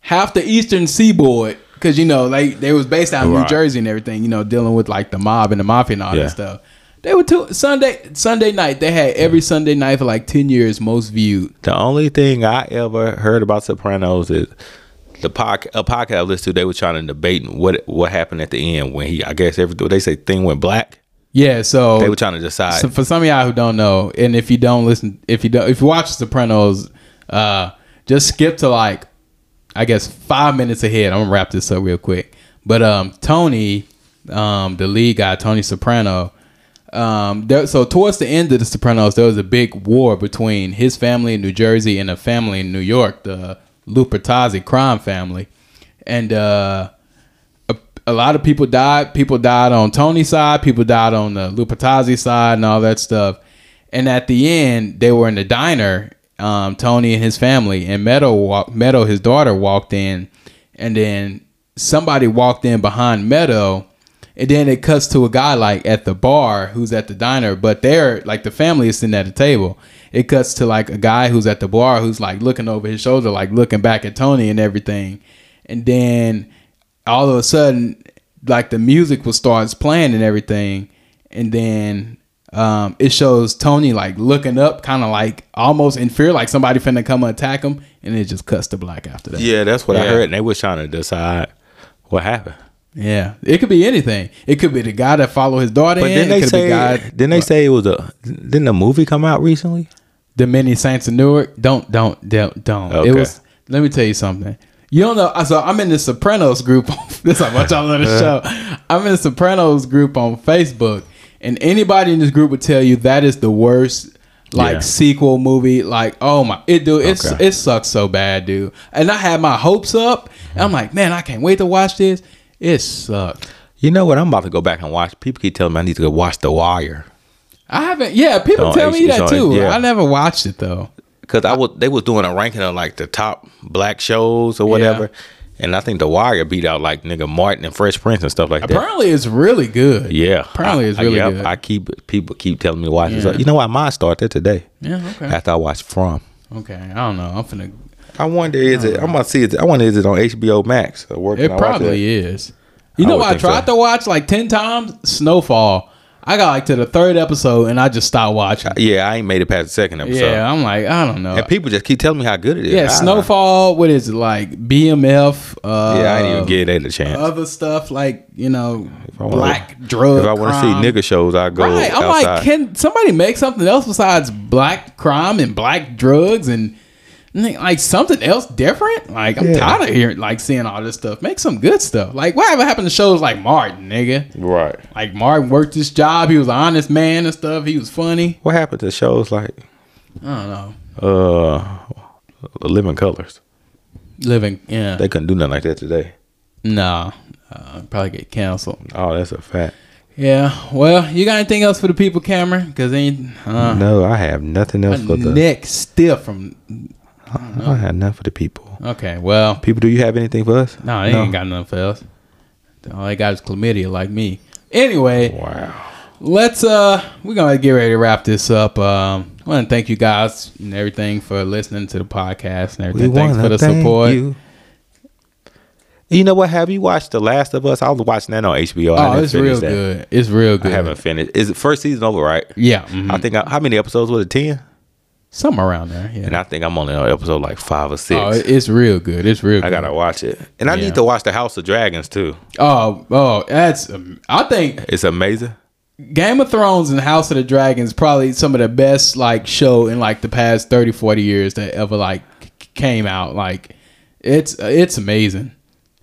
[SPEAKER 2] half the Eastern Seaboard, because you know, like they was based out of New
[SPEAKER 1] Right.
[SPEAKER 2] Jersey and everything. You know, dealing with like the mob and the mafia and all
[SPEAKER 1] Yeah.
[SPEAKER 2] that stuff. They were two Sunday Sunday night. They had every Sunday night for like ten years most viewed.
[SPEAKER 1] The only thing I ever heard about Sopranos is the podcast, a podcast I listened to. They were trying to debate what what happened at the end when he, I guess, every they say thing went black.
[SPEAKER 2] Yeah, so
[SPEAKER 1] They were trying to decide.
[SPEAKER 2] So for some of y'all who don't know, and if you don't listen, if you don't, if you watch The Sopranos, uh, just skip to like I guess five minutes ahead. I'm gonna wrap this up real quick. But um, Tony, um, the lead guy, Tony Soprano. Um, there, so towards the end of The Sopranos, there was a big war between his family in New Jersey and a family in New York, the Lupertazzi crime family, and uh, a, a lot of people died. People died on Tony's side. People died on the Lupertazzi side, and all that stuff. And at the end, they were in the diner. Um, Tony and his family and Meadow walk, Meadow, his daughter, walked in, and then somebody walked in behind Meadow, and then it cuts to a guy like at the bar who's at the diner, but they're like the family is sitting at a table. It cuts to like a guy who's at the bar who's like looking over his shoulder, like looking back at Tony and everything, and then all of a sudden, like the music was starts playing and everything, and then um, it shows Tony like looking up, kind of like almost in fear, like somebody finna come and attack him, and it just cuts to black after that.
[SPEAKER 1] Yeah, that's what I
[SPEAKER 2] Yeah.
[SPEAKER 1] heard. And they was trying to decide what happened.
[SPEAKER 2] Yeah. it could be anything. It could be the guy that followed his daughter
[SPEAKER 1] But
[SPEAKER 2] in.
[SPEAKER 1] didn't
[SPEAKER 2] it
[SPEAKER 1] they
[SPEAKER 2] could be
[SPEAKER 1] say?
[SPEAKER 2] guy,
[SPEAKER 1] Didn't they say it was a? Didn't a movie come out recently?
[SPEAKER 2] the many saints of Newark. Don't, don't, don't, don't. It
[SPEAKER 1] Okay.
[SPEAKER 2] was. Let me tell you something. You don't know. So I'm in the Sopranos group. this is how much I love the show. I'm in the Sopranos group on Facebook, and anybody in this group would tell you that is the worst. Like
[SPEAKER 1] Yeah.
[SPEAKER 2] sequel movie, like oh my, it dude, it's
[SPEAKER 1] Okay.
[SPEAKER 2] it sucks so bad, dude. And I had my hopes up. And I'm like, man, I can't wait to watch this. It sucked.
[SPEAKER 1] You know what? I'm about to go back and watch. People keep telling me I need to go watch The Wire
[SPEAKER 2] I haven't. Yeah, people
[SPEAKER 1] It's on
[SPEAKER 2] tell me
[SPEAKER 1] H-
[SPEAKER 2] that
[SPEAKER 1] it's on-
[SPEAKER 2] too.
[SPEAKER 1] yeah.
[SPEAKER 2] I never watched it though.
[SPEAKER 1] because I was they was doing a ranking of like the top black shows or whatever, and I think The Wire beat out like nigga Martin and Fresh Prince and stuff like that.
[SPEAKER 2] Apparently, it's really good.
[SPEAKER 1] Yeah,
[SPEAKER 2] Apparently,
[SPEAKER 1] I-
[SPEAKER 2] it's
[SPEAKER 1] I-
[SPEAKER 2] really
[SPEAKER 1] yeah,
[SPEAKER 2] good.
[SPEAKER 1] I keep people keep telling me to watch it. So,
[SPEAKER 2] Yeah.
[SPEAKER 1] you know what? Mine started today
[SPEAKER 2] yeah. Okay.
[SPEAKER 1] after I watched From.
[SPEAKER 2] Okay, I don't know. I'm finna.
[SPEAKER 1] I wonder is it? I'm gonna see it. I wonder is it on HBO Max? uh, Or where
[SPEAKER 2] It
[SPEAKER 1] can I watch
[SPEAKER 2] probably is. You
[SPEAKER 1] I
[SPEAKER 2] know,
[SPEAKER 1] would
[SPEAKER 2] what I
[SPEAKER 1] think so.
[SPEAKER 2] tried to watch like ten times. Snowfall. I got like to the third episode and I just stopped watching.
[SPEAKER 1] Yeah, I ain't made it past the second episode.
[SPEAKER 2] Yeah, I'm like, I don't know.
[SPEAKER 1] And people just keep telling me how good it is.
[SPEAKER 2] Yeah,
[SPEAKER 1] I don't know.
[SPEAKER 2] Snowfall. What is it like? BMF. Uh,
[SPEAKER 1] Yeah, I didn't even give that a chance.
[SPEAKER 2] Other stuff like you know,
[SPEAKER 1] I wanna-
[SPEAKER 2] black drug.
[SPEAKER 1] if I want to see
[SPEAKER 2] crime.
[SPEAKER 1] nigga shows, I go
[SPEAKER 2] Right. I'm
[SPEAKER 1] outside.
[SPEAKER 2] like, can somebody make something else besides black crime and black drugs and like something else different? Like I'm
[SPEAKER 1] Yeah.
[SPEAKER 2] tired of hearing like seeing all this stuff. Make some good stuff. Like whatever happened to shows like Martin, nigga.
[SPEAKER 1] right.
[SPEAKER 2] Like Martin worked his job. He was an honest man and stuff. He was funny.
[SPEAKER 1] What happened to shows like
[SPEAKER 2] I don't know.
[SPEAKER 1] uh, Living Colors?
[SPEAKER 2] Living, yeah,
[SPEAKER 1] They couldn't do nothing like that today.
[SPEAKER 2] no, uh, probably get canceled.
[SPEAKER 1] Oh, that's a fact.
[SPEAKER 2] Yeah. Well, you got anything else for the people, Cameron? Because ain't uh,
[SPEAKER 1] no, I have nothing else for
[SPEAKER 2] my
[SPEAKER 1] the.
[SPEAKER 2] neck stiff from.
[SPEAKER 1] I have nothing for the people.
[SPEAKER 2] Okay. Well,
[SPEAKER 1] People, do you have anything for us?
[SPEAKER 2] No, they ain't got nothing else. All they got is chlamydia, like me. Anyway,
[SPEAKER 1] Wow.
[SPEAKER 2] let's uh, we're gonna get ready to wrap this up. Um, I want to thank you guys and everything for listening to the podcast and
[SPEAKER 1] We
[SPEAKER 2] everything. Thanks
[SPEAKER 1] want to
[SPEAKER 2] for the
[SPEAKER 1] thank
[SPEAKER 2] support.
[SPEAKER 1] you. You know what? Have you watched The Last of Us? I was watching that on HBO. I
[SPEAKER 2] Oh,
[SPEAKER 1] didn't
[SPEAKER 2] it's
[SPEAKER 1] finish
[SPEAKER 2] real
[SPEAKER 1] that.
[SPEAKER 2] good. It's real
[SPEAKER 1] I
[SPEAKER 2] good.
[SPEAKER 1] haven't finished. Is it first season over? Right.
[SPEAKER 2] Yeah, mhm.
[SPEAKER 1] I think I, how many episodes was it? Ten.
[SPEAKER 2] something around there.
[SPEAKER 1] And
[SPEAKER 2] Yeah.
[SPEAKER 1] I think I'm only on episode like five or six.
[SPEAKER 2] Oh, it- it's real good. It's real.
[SPEAKER 1] I
[SPEAKER 2] good.
[SPEAKER 1] gotta watch it, and I
[SPEAKER 2] Yeah.
[SPEAKER 1] need to watch The House of Dragons too.
[SPEAKER 2] Oh, oh, that's. Um, I think
[SPEAKER 1] It's amazing.
[SPEAKER 2] Game of Thrones and House of the Dragons probably some of the best like show in like the past 30 40 years that ever like c- came out like it's it's amazing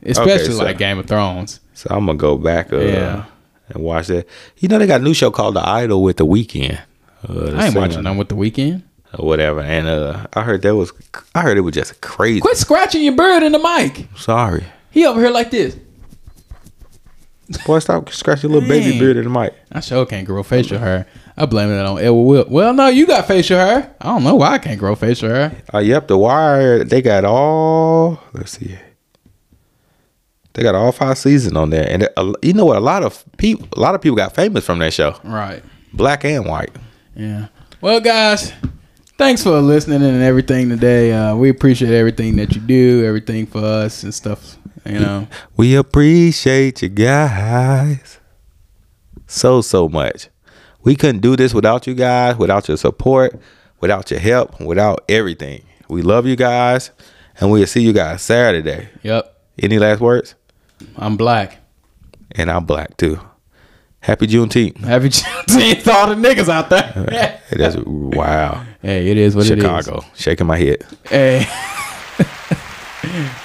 [SPEAKER 2] especially
[SPEAKER 1] so-
[SPEAKER 2] like Game of Thrones
[SPEAKER 1] So I'm gonna go back uh,
[SPEAKER 2] Yeah.
[SPEAKER 1] and watch that. You know they got a new show called The Idol with The Weeknd. Uh, the
[SPEAKER 2] I ain't
[SPEAKER 1] singer
[SPEAKER 2] watching them with the weekend
[SPEAKER 1] or whatever. And uh, I heard that was I heard it was just crazy.
[SPEAKER 2] quit scratching your bird in the mic
[SPEAKER 1] Sorry,
[SPEAKER 2] he over here like this
[SPEAKER 1] boy, stop scratching your little baby
[SPEAKER 2] Dang.
[SPEAKER 1] beard in the mic.
[SPEAKER 2] I sure can't grow facial hair I blame it on Edward Will well no you got facial hair I don't know why I can't grow facial hair
[SPEAKER 1] Uh, yep, The Wire. They got all. Let's see. They got all five seasons on there, and uh, you know what? A lot of people, a lot of people got famous from that show,
[SPEAKER 2] right
[SPEAKER 1] black and white.
[SPEAKER 2] Yeah. Well, guys, thanks for listening and everything today. Uh, we appreciate everything that you do, everything for us and stuff. You know.
[SPEAKER 1] We appreciate you guys so, so much. We couldn't do this without you guys, without your support, without your help, without everything. We love you guys, and we'll see you guys Saturday.
[SPEAKER 2] Yep.
[SPEAKER 1] Any last words?
[SPEAKER 2] I'm black.
[SPEAKER 1] And I'm black too. Happy Juneteenth.
[SPEAKER 2] Happy Juneteenth, to all the niggas out there.
[SPEAKER 1] That's wow.
[SPEAKER 2] hey, it is what
[SPEAKER 1] Chicago. Shaking my head.
[SPEAKER 2] it is. Hey.